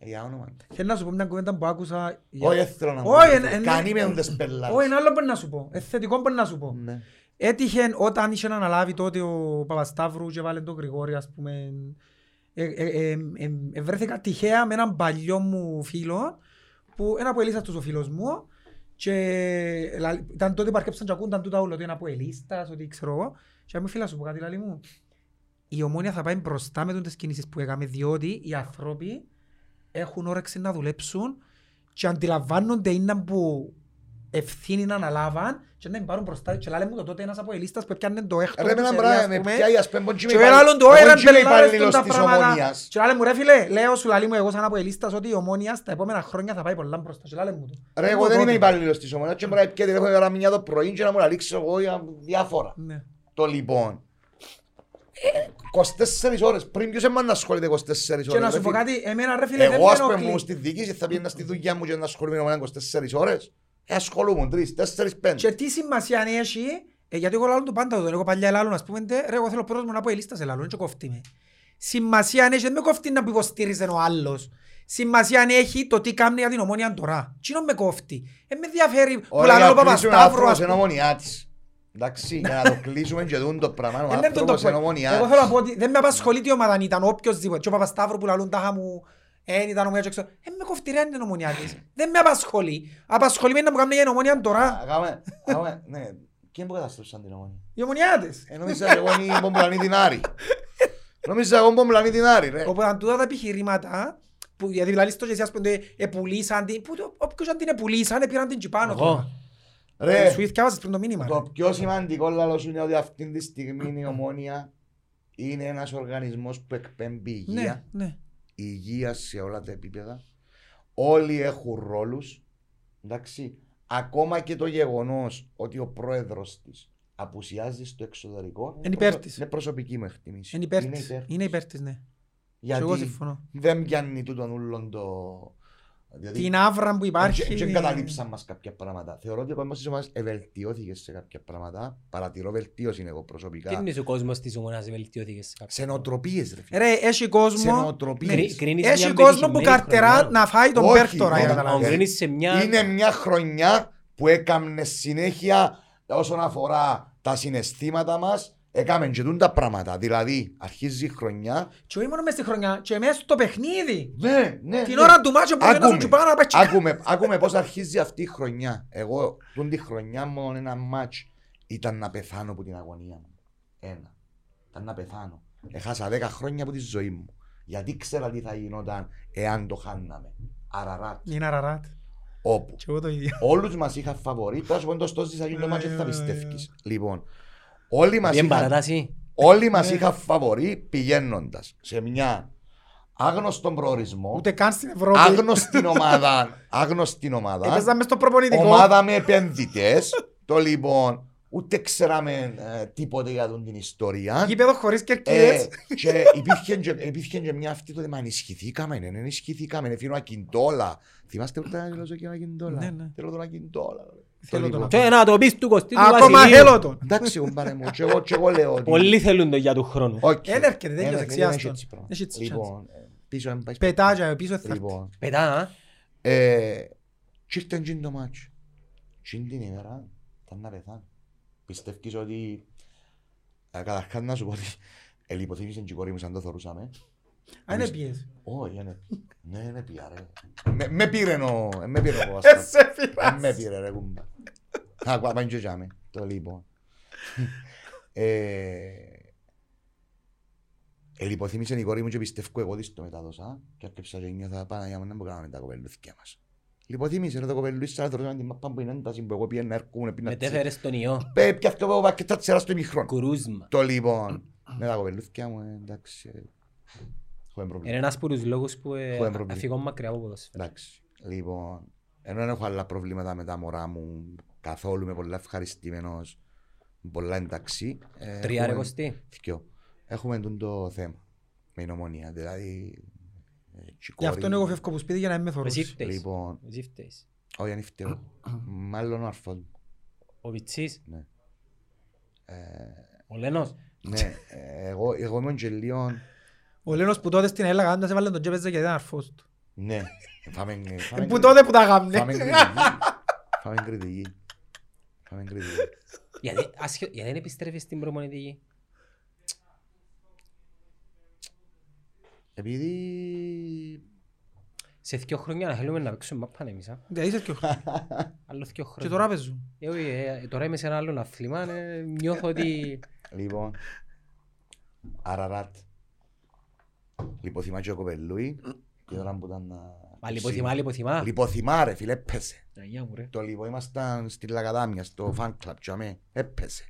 C: Για όνομα του.
B: Θέλω να σου πω μια κουβέντα που άκουσα. για-
C: Όχι, δεν θέλω να
B: Όχι, εν-
C: πω.
B: εν-
C: Κανεί με ούτε σπελάρι.
B: Όχι, ένα άλλο μπορεί να σου πω. Ε, θετικό μπορεί να σου πω.
C: Ναι.
B: Έτυχε όταν είχε αναλάβει τότε ο Παπασταύρου και βάλε τον Γρηγόρη, ας πούμε. ε, ε, ε, ε, ε, ε, βρέθηκα τυχαία με έναν παλιό μου φίλο, που ένα από ελίστας ο φίλος μου, και λαλ- ήταν τότε που αρκέψαν και ακούνταν τούτα όλο, ότι είναι από ελίστας, ότι ξέρω εγώ. Και μου φίλα σου πω κάτι, λαλή μου. Η ομόνια θα πάει μπροστά με τις κινήσεις που έκαμε, διότι οι άνθρωποι έχουν όρεξη να δουλέψουν και αντιλαμβάνονται είναι που ευθύνη να αναλάβαν και να την πάρουν μπροστά και λένε μου το τότε ένας από ελίστας που έπιανε το έκτο
C: Ρε με έναν πράγμα με πιάει ας πούμε.
B: και ο άλλον του
C: Εγώ
B: όεραν
C: είμαι
B: πελάρες
C: υπαλλήλος
B: τα
C: της
B: πράγματα
C: ομονίας.
B: και λένε μου ρε φίλε λέω σου λαλή μου εγώ σαν από ελίστας ότι η ομόνια στα επόμενα χρόνια θα πάει πολλά μπροστά και λένε μου το
C: Ρε εγώ δεν είμαι υπαλλήλος της ομονίας και μπορεί να πιέτε τηλέφωνο ώρα μια το πρωί και να μου λαλήξω εγώ για διάφορα.
B: Ναι.
C: Το λοιπόν. Ε, 24 ώρες. Πριν ποιος εμάς να ασχολείται 24 ώρες.
B: Και να
C: ρε
B: σου πω
C: φίλε.
B: κάτι, εμένα ρε φίλε δεν
C: Εγώ
B: με
C: ας πούμε
B: ενοχλεί.
C: μου στη διοίκηση θα πήγαινα στη δουλειά μου και να ασχολούμαι με έναν 24 ώρες. Ε, ασχολούμουν 3, 4, 5.
B: Και τι σημασία αν έχει, ε, γιατί εγώ λάλλον το πάντα το λέω, εγώ παλιά λάλλον, ας πούμε, «Ντε, ρε, εγώ θέλω πρώτος μου να πω η λίστα σε λάλλον, και κόφτει με. Σημασία αν έχει, δεν με κόφτει να που υποστήριζε ο άλλος. Σημασία αν έχει το τι κάνει για την ομόνια τώρα. Τι με κόφτει. Ε, με ενδιαφέρει που
C: Ωραία,
B: λαλό ο
C: κλείσουμε
B: Παπασταύρου,
C: άνθρωπος
B: ας
C: εν
B: πούμε.
C: ομονιά της. Εντάξει, για να το κλείσουμε και δουν το πράγμα, ο
B: Ε, δεν τον το
C: άνθρωπος εν
B: πω.
C: ομονιά
B: Εγώ
C: της.
B: θέλω να πω ότι δεν με απασχολεί τι ομάδα αν ήταν, οποιοςδήποτε. Και ο Παπασταύρου που λαλούν τάχα μου, «Ε, ήταν ομονιά και ξέρω». Ε, με κόφτει, ρε, αν είναι ομονιά της. Δεν με απασχολεί. Απασχολεί με να μου κάνει για την ομονία τώρα.
C: Α, κάμε- κάμε, ναι. Ποιοι που καταστρέψαν την ομονία.
B: Η ομονιά της.
C: Ε, νόμιζα εγώ είναι η Μπομπλανή την Άρη. Νόμιζα εγώ Μπομπλανή την Άρη, ρε.
B: Οπότε αν τούτα τα επιχειρήματα, που, γιατί λαλείς το και εσύ ας πούμε επουλήσαν την, που, το- όποιος αν την επουλήσαν επήραν την τσιπάνω
A: Εγώ.
C: Ρε,
B: Ε, Σου ήθιαβασες πριν το μήνυμα.
C: Ε. Το πιο σημαντικό λαλό σου είναι ότι αυτή τη στιγμή η ομόνια είναι ένας οργανισμός που εκπέμπει υγεία.
B: Ναι, ναι.
C: υγεία σε όλα τα επίπεδα. Όλοι έχουν ρόλους. Εντάξει. Ακόμα και το γεγονός ότι ο πρόεδρος της απουσιάζει στο εξωτερικό
B: Είναι υπέρ της.
C: είναι προσωπική μου εκτίμηση.
B: Είναι υπέρ της.
C: υπέρ.
B: Είναι υπέρ της, ναι. Και
C: Γιατί
B: εγώ συμφωνώ.
C: δεν πιάνει τούτον ούλον το Δηλαδή,
B: την άβρα που υπάρχει.
C: Δεν καταλήψαν μας κάποια πράγματα. Θεωρώ ότι ο κόσμος της ομάδας ευελτιώθηκε σε κάποια πράγματα. Παρατηρώ βελτίωση εγώ
A: Τι
C: προσωπικά.
A: είναι ο κόσμος της ομονά βελτιώθηκε σε κάποιο.
C: Σε νοοτροπίες, ρε φίλε.
B: Ρε, έχει
C: Σε
B: κόσμο,
C: νοοτροπίες.
A: Κρι- κρίνεις
B: Ναι. έχει
A: μια
B: κόσμο που
A: πετυχημένη
B: καρτερά
A: χρονιά.
B: να φάει τον
C: Όχι,
B: Πέρτ τώρα.
C: όχι,
B: για να
C: όχι.
A: Αν
B: καταλάβεις.
A: κρίνεις σε μια.
C: Είναι μια χρονιά που έκαμνες συνέχεια όσον αφορά τα συναισθήματα μας. Έκαμε και τούν τα πράγματα. Δηλαδή, αρχίζει η χρονιά.
B: Και όχι μόνο μες στη χρονιά, και μέσα στο παιχνίδι.
C: Ναι, ναι.
B: Την
C: ναι.
B: ώρα του μάτσου που
C: Άκουμε.
B: βγαίνουν και πάνω να πάει τσικα.
C: Άκουμε, άκουμε πώς αρχίζει αυτή η χρονιά. Εγώ, τούν τη χρονιά μόνο ένα μάτς ήταν να πεθάνω από την αγωνία μου. Ένα. Ήταν να πεθάνω. Έχασα 10 χρόνια από τη ζωή μου. Γιατί ξέρα τι θα γινόταν εάν το χάναμε. Αραράτ.
B: Είναι αραράτ.
C: Όπου.
B: Και εγώ το ίδιο.
C: Όλους μας είχα φαβορεί. Τόσο πόντος τόσο θα γίνει το μάτς δεν θα
B: Ε, ε, ε.
C: πιστεύεις. Λοιπόν, όλοι μας
A: Βγαίνει
C: είχαν...
A: παράταση.
C: Όλοι μας
B: Ναι.
C: είχαν φαβορεί πηγαίνοντας σε μια άγνωστον προορισμό,
B: Ούτε καν στην Ευρώπη.
C: άγνωστη ομάδα, άγνωστη ομάδα,
B: Έπαιζα μες στο προπονητικό.
C: ομάδα με επενδυτές. το λοιπόν, ούτε ξέραμε ε, τίποτε για τον την ιστορία.
B: Γήπεδο χωρίς
C: Ε,
B: κερκίδες.
C: και υπήρχε, και- υπήρχε και μια αυτή το θέμα, ενισχυθήκαμε, δεν ενισχυθήκαμε, είναι φίλο Ακιντόλα. Θυμάστε ούτε να γελώσω και ένα Ακιντόλα.
B: Ναι, ναι.
C: Θέλω τον Ακιντόλα.
B: Θέλω
C: Το
B: τον
C: λοιπόν.
A: Και να το πεις του Κωστή του
B: Ακόμα
A: Βασιλείου.
B: θέλω τον.
C: Εντάξει, κουμπάρε μου, και εγώ, και εγώ λέω ότι...
A: Πολλοί θέλουν το για του χρόνου.
C: Οκ. Ναι,
B: Εν έρχεται, δεν
C: Ένα,
B: νιώθει
C: δεν
B: εξιάστον.
C: έτσι πράγμα.
B: Έχει έτσι
C: Λοιπόν, ε, πίσω αν πάει.
B: Πετάγια πίσω θα έρθει.
C: Λοιπόν,
A: Πετά, α.
C: ε, τι ήταν τζιν το μάτσο. Τζιν την ημέρα ήταν να πεθάνω. Πιστεύεις ότι... ε, Καταρχάς να σου πω ότι ελιποθύμησε και η κόρη μου σαν το θωρούσαμε.
B: Αν
C: λοιπόν.
B: είναι πιέζει.
C: Όχι, είναι... Ναι, ναι, πια ρε. Με- Με πήρε ο... ε, Με πήρε ο
B: Ε,
C: Βάσκας.
B: σε
C: Ε,
B: πειράζει.
C: Με πήρε ρε κουμπά. Ακούω, πάμε και τζάμε. Το λοιπόν. Ε, Ελιποθύμησε η κόρη μου και πιστεύω εγώ ότι το μετάδοσα και άρχισα και νιώθα πάνω για μένα που κάναμε τα κοπελούθηκια μας. Λιποθύμησε ρε το κοπελούθησα να θεωρούσαμε την μάπα που είναι ένταση που εγώ πήγαινα έρχομαι πήγαινα τσί.
A: Μετέφερες τον ιό.
C: Πε, πιάθηκε εγώ πακέτα τσέρα στο ημιχρόνο.
A: Κουρούσμα.
C: Το λοιπόν, με τα κοπελούθηκια μου ε, εντάξει. ε, Έχουμε
A: Είναι
C: πρόβλημα.
A: ένας από τους λόγους που ε,
C: Χωρίς πρόβλημα.
A: αφηγώ μακριά από ποδόσφαιρα.
C: Εντάξει. Λοιπόν, ενώ δεν έχω άλλα προβλήματα με τα μωρά μου, καθόλου είμαι πολύ ευχαριστημένος, πολλά εντάξει. Ε,
A: Τρία ρε
C: έχουμε-
A: Κωστή.
C: δυο. Έχουμε τον το θέμα με η νομονία. Δηλαδή. ε, τσι
B: Γι'
C: κόρη-
B: αυτόν εγώ φεύγω που σπίτι για να μην με
A: Εσύ
B: θωρούσει.
A: φταίεις.
C: Λοιπόν,
A: Εσύ φταίεις.
C: όχι αν φταίω. Μάλλον ο αρφό μου.
A: Ο Βιτσής,
C: Ναι. Ε,
A: ο Λένος.
C: ναι, ε, εγώ, εγώ ήμουν και λίγο.
B: Ο Λένος που τότε στην Ελλάδα να σε βάλει τον και έπαιζε γιατί ήταν αρφός του.
C: Ναι, φάμε. φάμε-
B: Ε, Που τότε που τα γάμνε.
C: Φάμε κριτική. Φάμε κριτική. Φάμε κριτική.
A: Γιατί, ασχε... γιατί δεν επιστρέφεις στην προπονητική.
C: Επειδή.
A: Σε δύο χρόνια να θέλουμε να παίξουμε μάπα εμείς. α.
B: Ναι, είσαι πιο χρόνο.
A: Άλλο δύο
B: Και
A: χρόνια.
B: τώρα παίζουν.
A: Ε, όχι, ε, τώρα είμαι σε ένα άλλο αθλήμα. ε, νιώθω ότι...
C: Λοιπόν. Αραράτ. Λιποθυμά και ο κοπελούι. Και τώρα που ήταν να...
A: Μα λιποθυμά, λιποθυμά.
C: Λιποθυμά ρε φίλε, έπεσε.
A: Αγιά μου ρε.
C: Το λοιπόν ήμασταν στη Λακατάμια, στο fan club, τσάμε, έπεσε.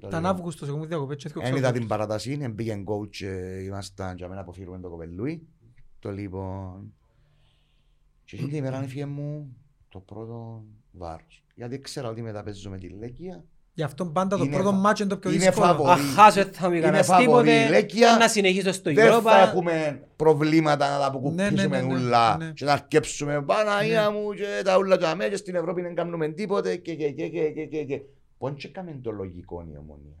C: Το
B: Ήταν
C: λοιπόν,
B: Αύγουστος, εγώ μου διακοπές και
C: Εν
B: έφυγα
C: είδα
B: ξέρω.
C: την παρατασή, εν πήγε coach, ε, ήμασταν τσάμε να αποφύγουμε το κοπελούι. Το λοιπόν... Και εκείνη την ημέρα έφυγε μου το πρώτο βάρος. Γιατί ξέρα ότι μετά παίζω με τη Λέκια.
B: Γι' αυτό πάντα το
C: Είναι
B: πρώτο
C: φα-
B: μάτσο είναι το πιο
C: είναι
B: δύσκολο.
C: φαβο- Μπορεί.
A: Αχάσω, δεν θα μου έκανας
C: φαβορή η
A: τίποτε.
C: Λέκια.
A: Να συνεχίσω στο
C: Δεν θα
A: Europa.
C: έχουμε προβλήματα να τα
B: Ναι,
C: αποκουμπήσουμε
B: ναι, ναι, ναι, ναι.
C: ούλα και να αρκέψουμε Παναγία
B: Ναι.
C: μου και τα ούλα τα μέσα στην Ευρώπη δεν κάνουμε τίποτε και και και και και και και. Πόν και κάμε το λογικό η ομόνια.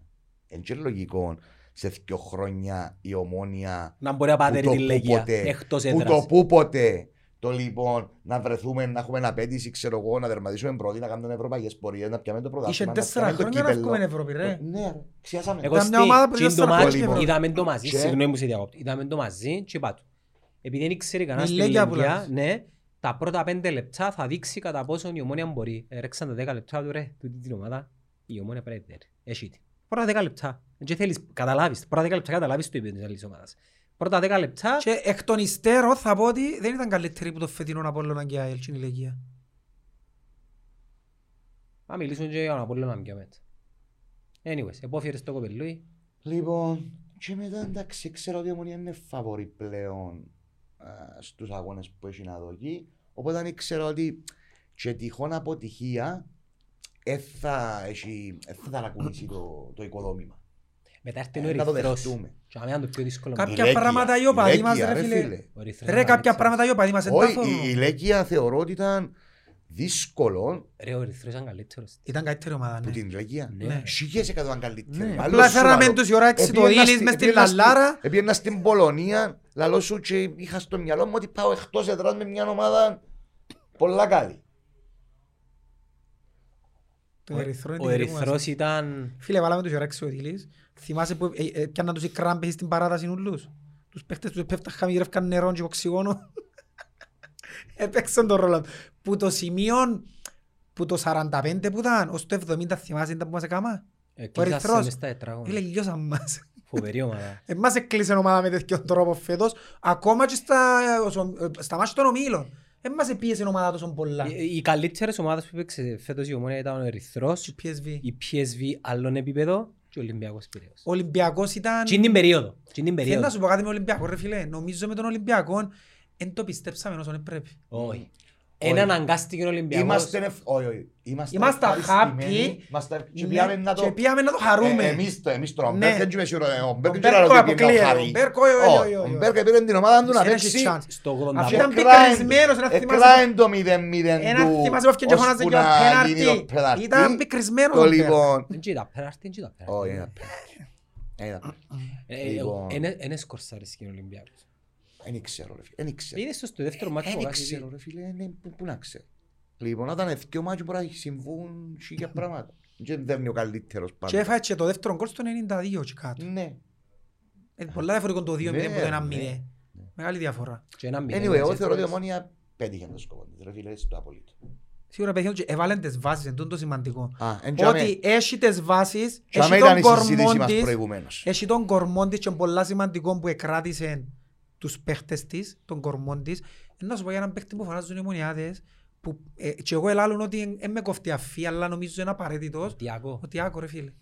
C: Εν και λογικό σε δυο χρόνια η ομόνια
A: Να μπορεί να πατέρει
C: το
A: τη
C: πού
A: Λέκια.
C: ποτέ.
A: Εκτός
C: που το
A: έδρας.
C: που ποτέ το λοιπόν να βρεθούμε, να έχουμε απέτηση, ξέρω εγώ, να τερματίσουμε πρώτοι, να κάνουμε ευρωπαϊκές πορείες, να πιάμε το
B: Είχε
C: πρωτάθλημα, να
B: τέσσερα
C: πιάμε το
B: χρόνια να βγούμε
C: κύπελλο.
B: Ευρώπη,
C: Ναι,
B: ρε.
C: ρε, ξιάσαμε.
A: Εγώ
B: Ήταν
A: στη-
B: μια ομάδα που
A: τζιν
B: ήταν
A: το
B: στα
A: μάτς,
C: χωριά, λοιπόν.
A: είδαμε το μαζί,
C: Και-
A: συγγνώμη που σε διακόπτω. Είδαμε το μαζί και είπα του. Επειδή δεν ήξερε κανένας τη
B: Μιλέκια που
A: Λέγκια,
B: λες.
A: ναι, τα πρώτα πέντε λεπτά θα δείξει κατά πόσο η ομόνια μπορεί. Ρέξαν τα δέκα λεπτά του ρε, τούτη την ομάδα, η ομόνια πρέπει να είναι. Έχει τη. Πρώτα δέκα λεπτά. Δεν θέλεις, καταλάβεις. Πρώτα δέκα λεπτά καταλάβεις το επίπεδο της άλλης ομάδας. Πρώτα δέκα λεπτά,
B: Και εκ των υστέρων θα πω ότι δεν ήταν καλύτερη που το φετινό Απόλλωνα και ΑΕΛ στην ηλικία.
A: να μιλήσουν και για τον Απόλλωνα πιο μετά. Anyways, επόφερες το κοπελούι.
C: Λοιπόν, και μετά εντάξει, ξέρω ότι η Ομονία είναι φαβορή πλέον α, στους αγώνες που έχει να δοκεί. Οπότε αν ξέρω ότι και τυχόν αποτυχία ε, θα, έχει, ε, θα ταρακουνήσει το, το οικοδόμημα.
A: Μετά έρθει ο
C: Ε, να το
A: ερυθρός.
C: δεχτούμε.
A: Και αμένα το πιο δύσκολο.
B: Κάποια
A: μάτι.
C: Η Λέγκια,
B: πράγματα οι
C: η
B: οπαδοί μας,
C: Λέγκια,
B: ρε
C: ρε
B: φίλε.
C: φίλε.
A: Ο ερυθρός
B: Ρε
A: να
B: κάποια
A: ανοίξει.
B: πράγματα οι οπαδοί μας
C: Όχι,
B: εντάφωνο.
C: η- η Λέγκια θεωρώ ότι ήταν δύσκολο
A: Ρε ο ερυθρός ήταν καλύτερος.
B: Ήταν καλύτερη ομάδα,
C: που
B: ναι.
C: την Λέγκια.
A: Ναι.
C: Σιγές έκαναν καλύτερη.
A: Ναι.
C: Άλλο
B: Απλά
C: σου
B: φέραμε
C: λαλώ.
B: τους η ώρα έξι το
C: Επήγαινα
B: Ήλις
C: στη-
B: μες στη
C: επήγαινα στη-
B: Λαλάρα.
C: Επήγαινα στην Πολωνία, λαλό σου και είχα στο μυαλό μου ότι πάω εκτός εδράς με μια ομάδα πολλά καλή.
B: Το ερυθρό είναι
A: Ο
B: την κρίνη μου, ας.
A: ερυθρός ήταν...
B: Φίλε, βάλαμε τους Ιωράξης ο Οδηλής. Θυμάσαι που ε, ε, πιάνναν τους οι κράμπες στην παράταση νουλούς. Τους παίχτες τους πέφτα χαμηγρεύκαν νερό και οξυγόνο. Έπαιξαν τον ρόλο. Που το σημείο που το 45 που ήταν, ως το 70 θυμάσαι ήταν που μας έκαμα.
A: Εκκλείσασαι
B: ερυθρός.
A: μες στα
B: Φίλε,
A: τετράγωνα.
B: λιώσαν μας.
A: Φοβερή ομάδα.
B: Ε, μας έκλεισε ομάδα με τέτοιον τρόπο φέτος. Ακόμα και στα, ε, στα μάτια των ομίλων. Ε, μας επίεσε ομάδα τόσο πολλά.
A: Οι- Οι καλύτερες ομάδες που έπαιξε φέτος η ομόνια ήταν ο ερυθρός,
B: Η PSV.
A: η PSV άλλον επίπεδο και ο Ολυμπιακός Πειραιός.
B: Ο Ολυμπιακός ήταν...
A: Τι είναι την περίοδο. Τι είναι την
B: Θέλω να
A: περίοδο.
B: σου πω κάτι με τον Ολυμπιακό, ρε φίλε. Νομίζω με τον Ολυμπιακό δεν το πιστέψαμε όσο πρέπει.
A: Όχι. Ένα αναγκάστηκε ο Ολυμπιακός.
C: Είμαστε ευ- όχι, όχι. Είμαστε
B: Είμαστε
C: ευχαριστημένοι,
B: happy.
C: είμαστε- και
B: Ναι,
C: πήγαμε να το-
B: Και πήγαμε να το
C: Ε,
B: χαρούμε.
C: εμείς το- εμείς τον
B: Ναι.
C: Μπέρκ δεν τσιμέσαι ο- ο Μπέρκ
B: Ο
C: δεν ξέρω
B: Μπέρκο
C: αν πήγε να
B: αποκλείεται,
C: χαρεί.
B: ο Μπέρκο, όχι, όχι, όχι,
C: Ω,
B: όχι.
C: Ο Μπέρκ έπαιρε την ομάδα του να
B: Εσύ
C: παίξει.
B: έχεις chance.
A: Στο
B: Αφού
A: 85.
B: ήταν
C: Εκράεν-
B: πικρισμένος, να θυμάσαι.
C: εκράεν ε, το 0-0
B: Ένα
C: του,
B: θυμάσαι που έφτιαξε ο Χάνας
C: ώσπου
B: και ο
C: να
B: πέναλτι.
C: γίνει το πέναλτι.
B: Ήταν πικρισμένος
C: Το
B: ο Μπέρκ.
C: λοιπόν-
A: Δεν κοίτα πέναρτη, δεν κοίτα πέναρτη.
C: Όχι, ένα πέναλτι.
A: Ε,
C: Λοιπόν.
A: ε, ε, Ένα σκορσάρις και ο Ολυμπιακός.
C: Δεν ξέρω ρε φίλε, δεν ξέρω.
A: Είδες το στο δεύτερο μάτι που
C: Δεν
A: έχασε.
C: ξέρω ρε φίλε, ναι, πού- πού να ξέρω. Λοιπόν, όταν είναι δυο μάτια μπορεί να συμβούν χίλια πράγματα. Και δεν είναι ο καλύτερος
B: Και
C: πάντα.
B: έφαγε και το δεύτερο γκολ στο 92 και κάτω.
C: Ναι.
B: Ε, Πολλά διαφορετικό το 2-0
C: Ναι,
B: που το 1-0.
C: ναι.
B: Μεγάλη διαφορά.
A: Και ένα μηδέν,
C: Anyway, εγώ
A: έτσι,
C: θεωρώ ότι η
A: έτσι.
C: Ομόνια πέτυχε το σκοπό της, ρε φίλε, στο απολύτω.
B: Σίγουρα παιδιά και έβαλαν τις βάσεις, εντούν το σημαντικό.
C: Α, Ε, εν τζαμέ.
B: Ότι έχει τις βάσεις,
C: Και αμέ
B: έχει
C: ήταν
B: τον
C: η
B: κορμό
C: συζήτηση μας
B: της,
C: προηγουμένως.
B: Έχει τον κορμό της και πολλά σημαντικό που εκράτησε τους παίχτες της, τον κορμό της. Να σου πω για έναν παίχτη που φωνάζουν οι μονιάδες, που ε, και εγώ ελάλλουν ότι δεν με κοφτεί αφή, αλλά νομίζω είναι απαραίτητος,
A: Τιάκο.
B: ότι άκου ρε φίλε.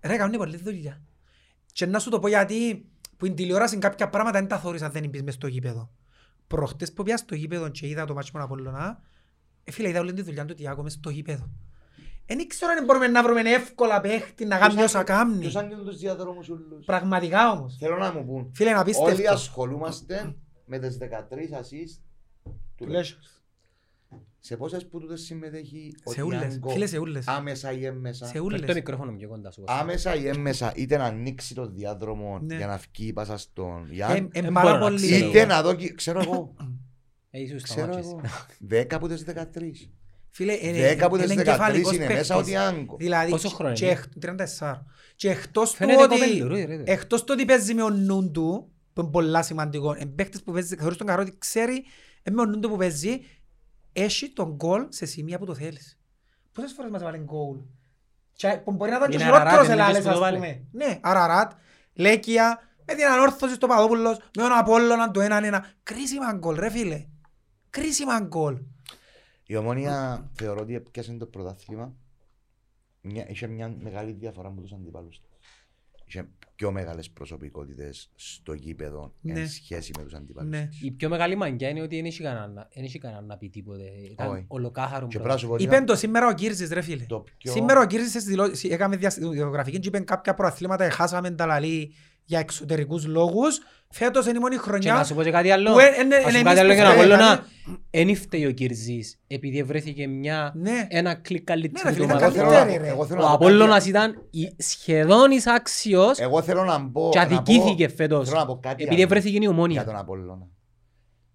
B: ρε, κάνουν πολλή δουλειά. Και να σου το πω γιατί, που την τηλεόραση κάποια πράγματα δεν τα θωρείς αν δεν μπεις μες στο γήπεδο. Προχτές που πήγα στο γήπεδο και είδα το μάτσο με τον Απόλλωνα, ε, φίλε, είδα όλη τη δουλειά του Τιάκο μες στο γήπεδο. Δεν ξέρω αν μπορούμε να βρούμε εύκολα παίχτη να κάνει
C: Ποιος
B: όσα
C: αν-
B: κάνει.
C: ποιος αν γίνουν τους διαδρόμους όλους.
B: Πραγματικά όμως.
C: Θέλω να μου πούν.
B: Φίλε, να
C: Όλοι
B: πίστευτο.
C: ασχολούμαστε με τις 13 ασίστ του Λέσου. Σε πόσες που τούτες συμμετέχει ο
B: Σε ούλες.
C: Τιάνγκο
B: Φίλε, σε ούλες.
C: άμεσα ή έμμεσα.
B: Σε
A: Φέρ' το
B: ούλες.
A: μικρόφωνο πιο κοντά σου. Κώστα.
C: Άμεσα ή έμμεσα είτε να ανοίξει το διάδρομο
B: Ναι. Ε,
C: για να βγει η πάσα στον
B: Εν-
C: Γιάνν
A: δεν
B: Εν
A: μπορώ να
B: πάρα πολύ.
A: ξέρω.
C: είτε να δω, κι- ξέρω εγώ,
A: Ε, ίσως
C: ξέρω
A: σταμάτησες.
C: εγώ, 10 από τις 13.
B: Φίλε, ε, ε,
C: 10 από τις
B: είναι
C: 13
B: εγκεφαλικός
C: είναι μέσα ο
B: παίκτης.
C: Τιάνγκο.
B: Δηλαδή,
A: Πόσο
B: και-
A: χρόνο
B: και
A: είναι?
B: εκ- 34. Και εκτός του
A: Φαίνεται
B: ότι...
A: κοπέλου, ρε, ρε, ρε.
B: Εκτός του ότι παίζει με ο νου του, που είναι πολλά σημαντικό, εν παίκτης που παίζει, θεωρείς τον καρό ότι ξέρει, ε, με ο νου του που παίζει, έχει τον γκολ σε σημεία που το θέλεις. Πόσες φορές μας βάλει γκολ. Και που μπορεί να ήταν και
A: Είναι
B: χειρότερος
A: Αραράτ, είναι
B: Ελλάδες,
A: αυτός που
B: ας
A: το βάλε.
B: πούμε. Ναι, Αραράτ, Λέκια, με την ανόρθωση στο Παδόπουλος, με τον Απόλλωνα, το έναν ένα. Κρίσιμα γκολ, ρε φίλε. Κρίσιμα γκολ.
C: Η Ομόνια θεωρώ ότι έπιασε το πρωτάθλημα. Μια, είχε μια μεγάλη διαφορά με τους αντιπάλους. της. Είχε πιο μεγάλες προσωπικότητες στο γήπεδο
B: Ναι.
C: εν σχέση με τους αντιπάλους.
B: Ναι.
C: της.
A: Η πιο μεγάλη μαγκιά είναι ότι δεν έχει κανένα- δεν έχει κανένα να πει τίποτε.
C: Όχι.
A: Ήταν ολοκάθαρο.
C: Και
A: πράγμα.
C: πρέπει να σου πω ότι
B: Είπε
C: ήταν
B: το σήμερα ο Κύρζης ρε φίλε.
C: το πιο...
B: Σήμερα ο Κύρζης στις δηλώσεις- έκαμε διαγραφική και είπε κάποια προαθλήματα χάσαμε τα λαλή για εξωτερικούς λόγους. Φέτος είναι η μόνη
A: Και να
B: χρονιά
A: σου πω και κάτι άλλο.
B: που εν- εν-
A: Να σου
B: εν-
A: πω
B: εμείς
A: κάτι άλλο για
B: πιστεύουμε,
A: να πω να.
B: δηλαδή.
A: Εν ήφταει ο Κυρζής επειδή ευρέθηκε μια,
B: Ναι.
A: ένα κλικ
B: Ναι,
A: καλύτερη
B: ρε φίλε,
A: του
B: ήταν
C: Εγώ
A: ομάδα.
C: θέλω να
B: καλύτερη,
C: πω-
B: ρε.
C: εγώ θέλω
A: Ο
C: να πω
A: Απόλλωνας
C: κάτι-
A: ήταν η- σχεδόν εισάξιος
C: Εγώ θέλω να πω...
A: και
C: να πω-
A: αδικήθηκε φέτος.
C: Θέλω να πω κάτι
A: Επειδή
C: άλλο.
A: ευρέθηκε η
C: για
A: ομόνια.
C: τον Απόλλωνα.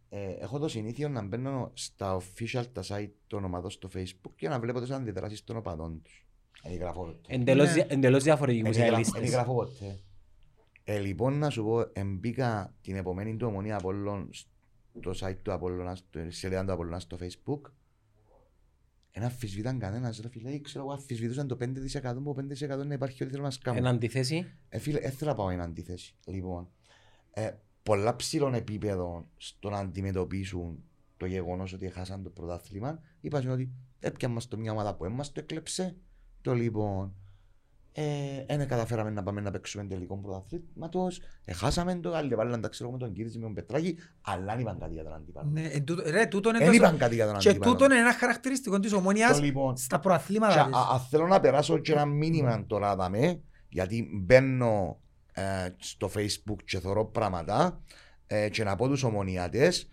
C: Ε, έχω το συνήθειο να μπαίνω στα official τα site των ομάδων στο facebook και να βλέπω τις αντιδράσεις των οπαδών τους. Εγγραφώ ποτέ.
A: Εντελώς,
B: Ναι.
A: εντελώς διαφορετικούς οι
C: Εγγρα-
A: λίστες.
C: εγγραφώ ποτέ. Ε, λοιπόν, να σου πω, εμπήκα την επομένη του ομονία Απόλλων στο site του Απόλλωνα, στη σελίδα του Απόλλωνα στο facebook. Ένα αμφισβήταν κανένας ρε φίλε, ξέρω εγώ αμφισβήτουσαν το 5% που 5% να υπάρχει ό,τι θέλω να σκάμω.
A: Εν αντιθέσει,
C: Ε, φίλε, δεν θέλω να πάω εν αντίθεση. Λοιπόν, ε, πολλά ψηλών επίπεδων στο να αντιμετωπίσουν το γεγονός ότι χάσαν το πρωτάθλημα, είπαν ότι έπιαν μας το μια ομάδα που έμας το έκλεψε. Το λοιπόν, ε, δεν καταφέραμε να πάμε να παίξουμε τελικό πρωταθλήματο. Εχάσαμε το, άλλοι βάλαν τα ξέρω με τον Κύριτζη, με τον Πετράκη, αλλά δεν είπαν κάτι για τον αντίπαλο.
B: Ναι, εν τούτο- ρε, τούτο είναι
C: Δεν
B: τόσο-
C: είπαν κάτι για τον
B: και
C: αντίπαλο.
B: τούτο είναι ένα χαρακτηριστικό της
C: Το
B: ομόνιας
C: λοιπόν,
B: στα
C: και
B: προαθλήματα
C: α-
B: της.
C: α- θέλω να περάσω και ένα μήνυμα τώρα, δαμέ, Γιατί μπαίνω ε, στο facebook και θωρώ πράγματα ε, και να πω τους ομονιάτες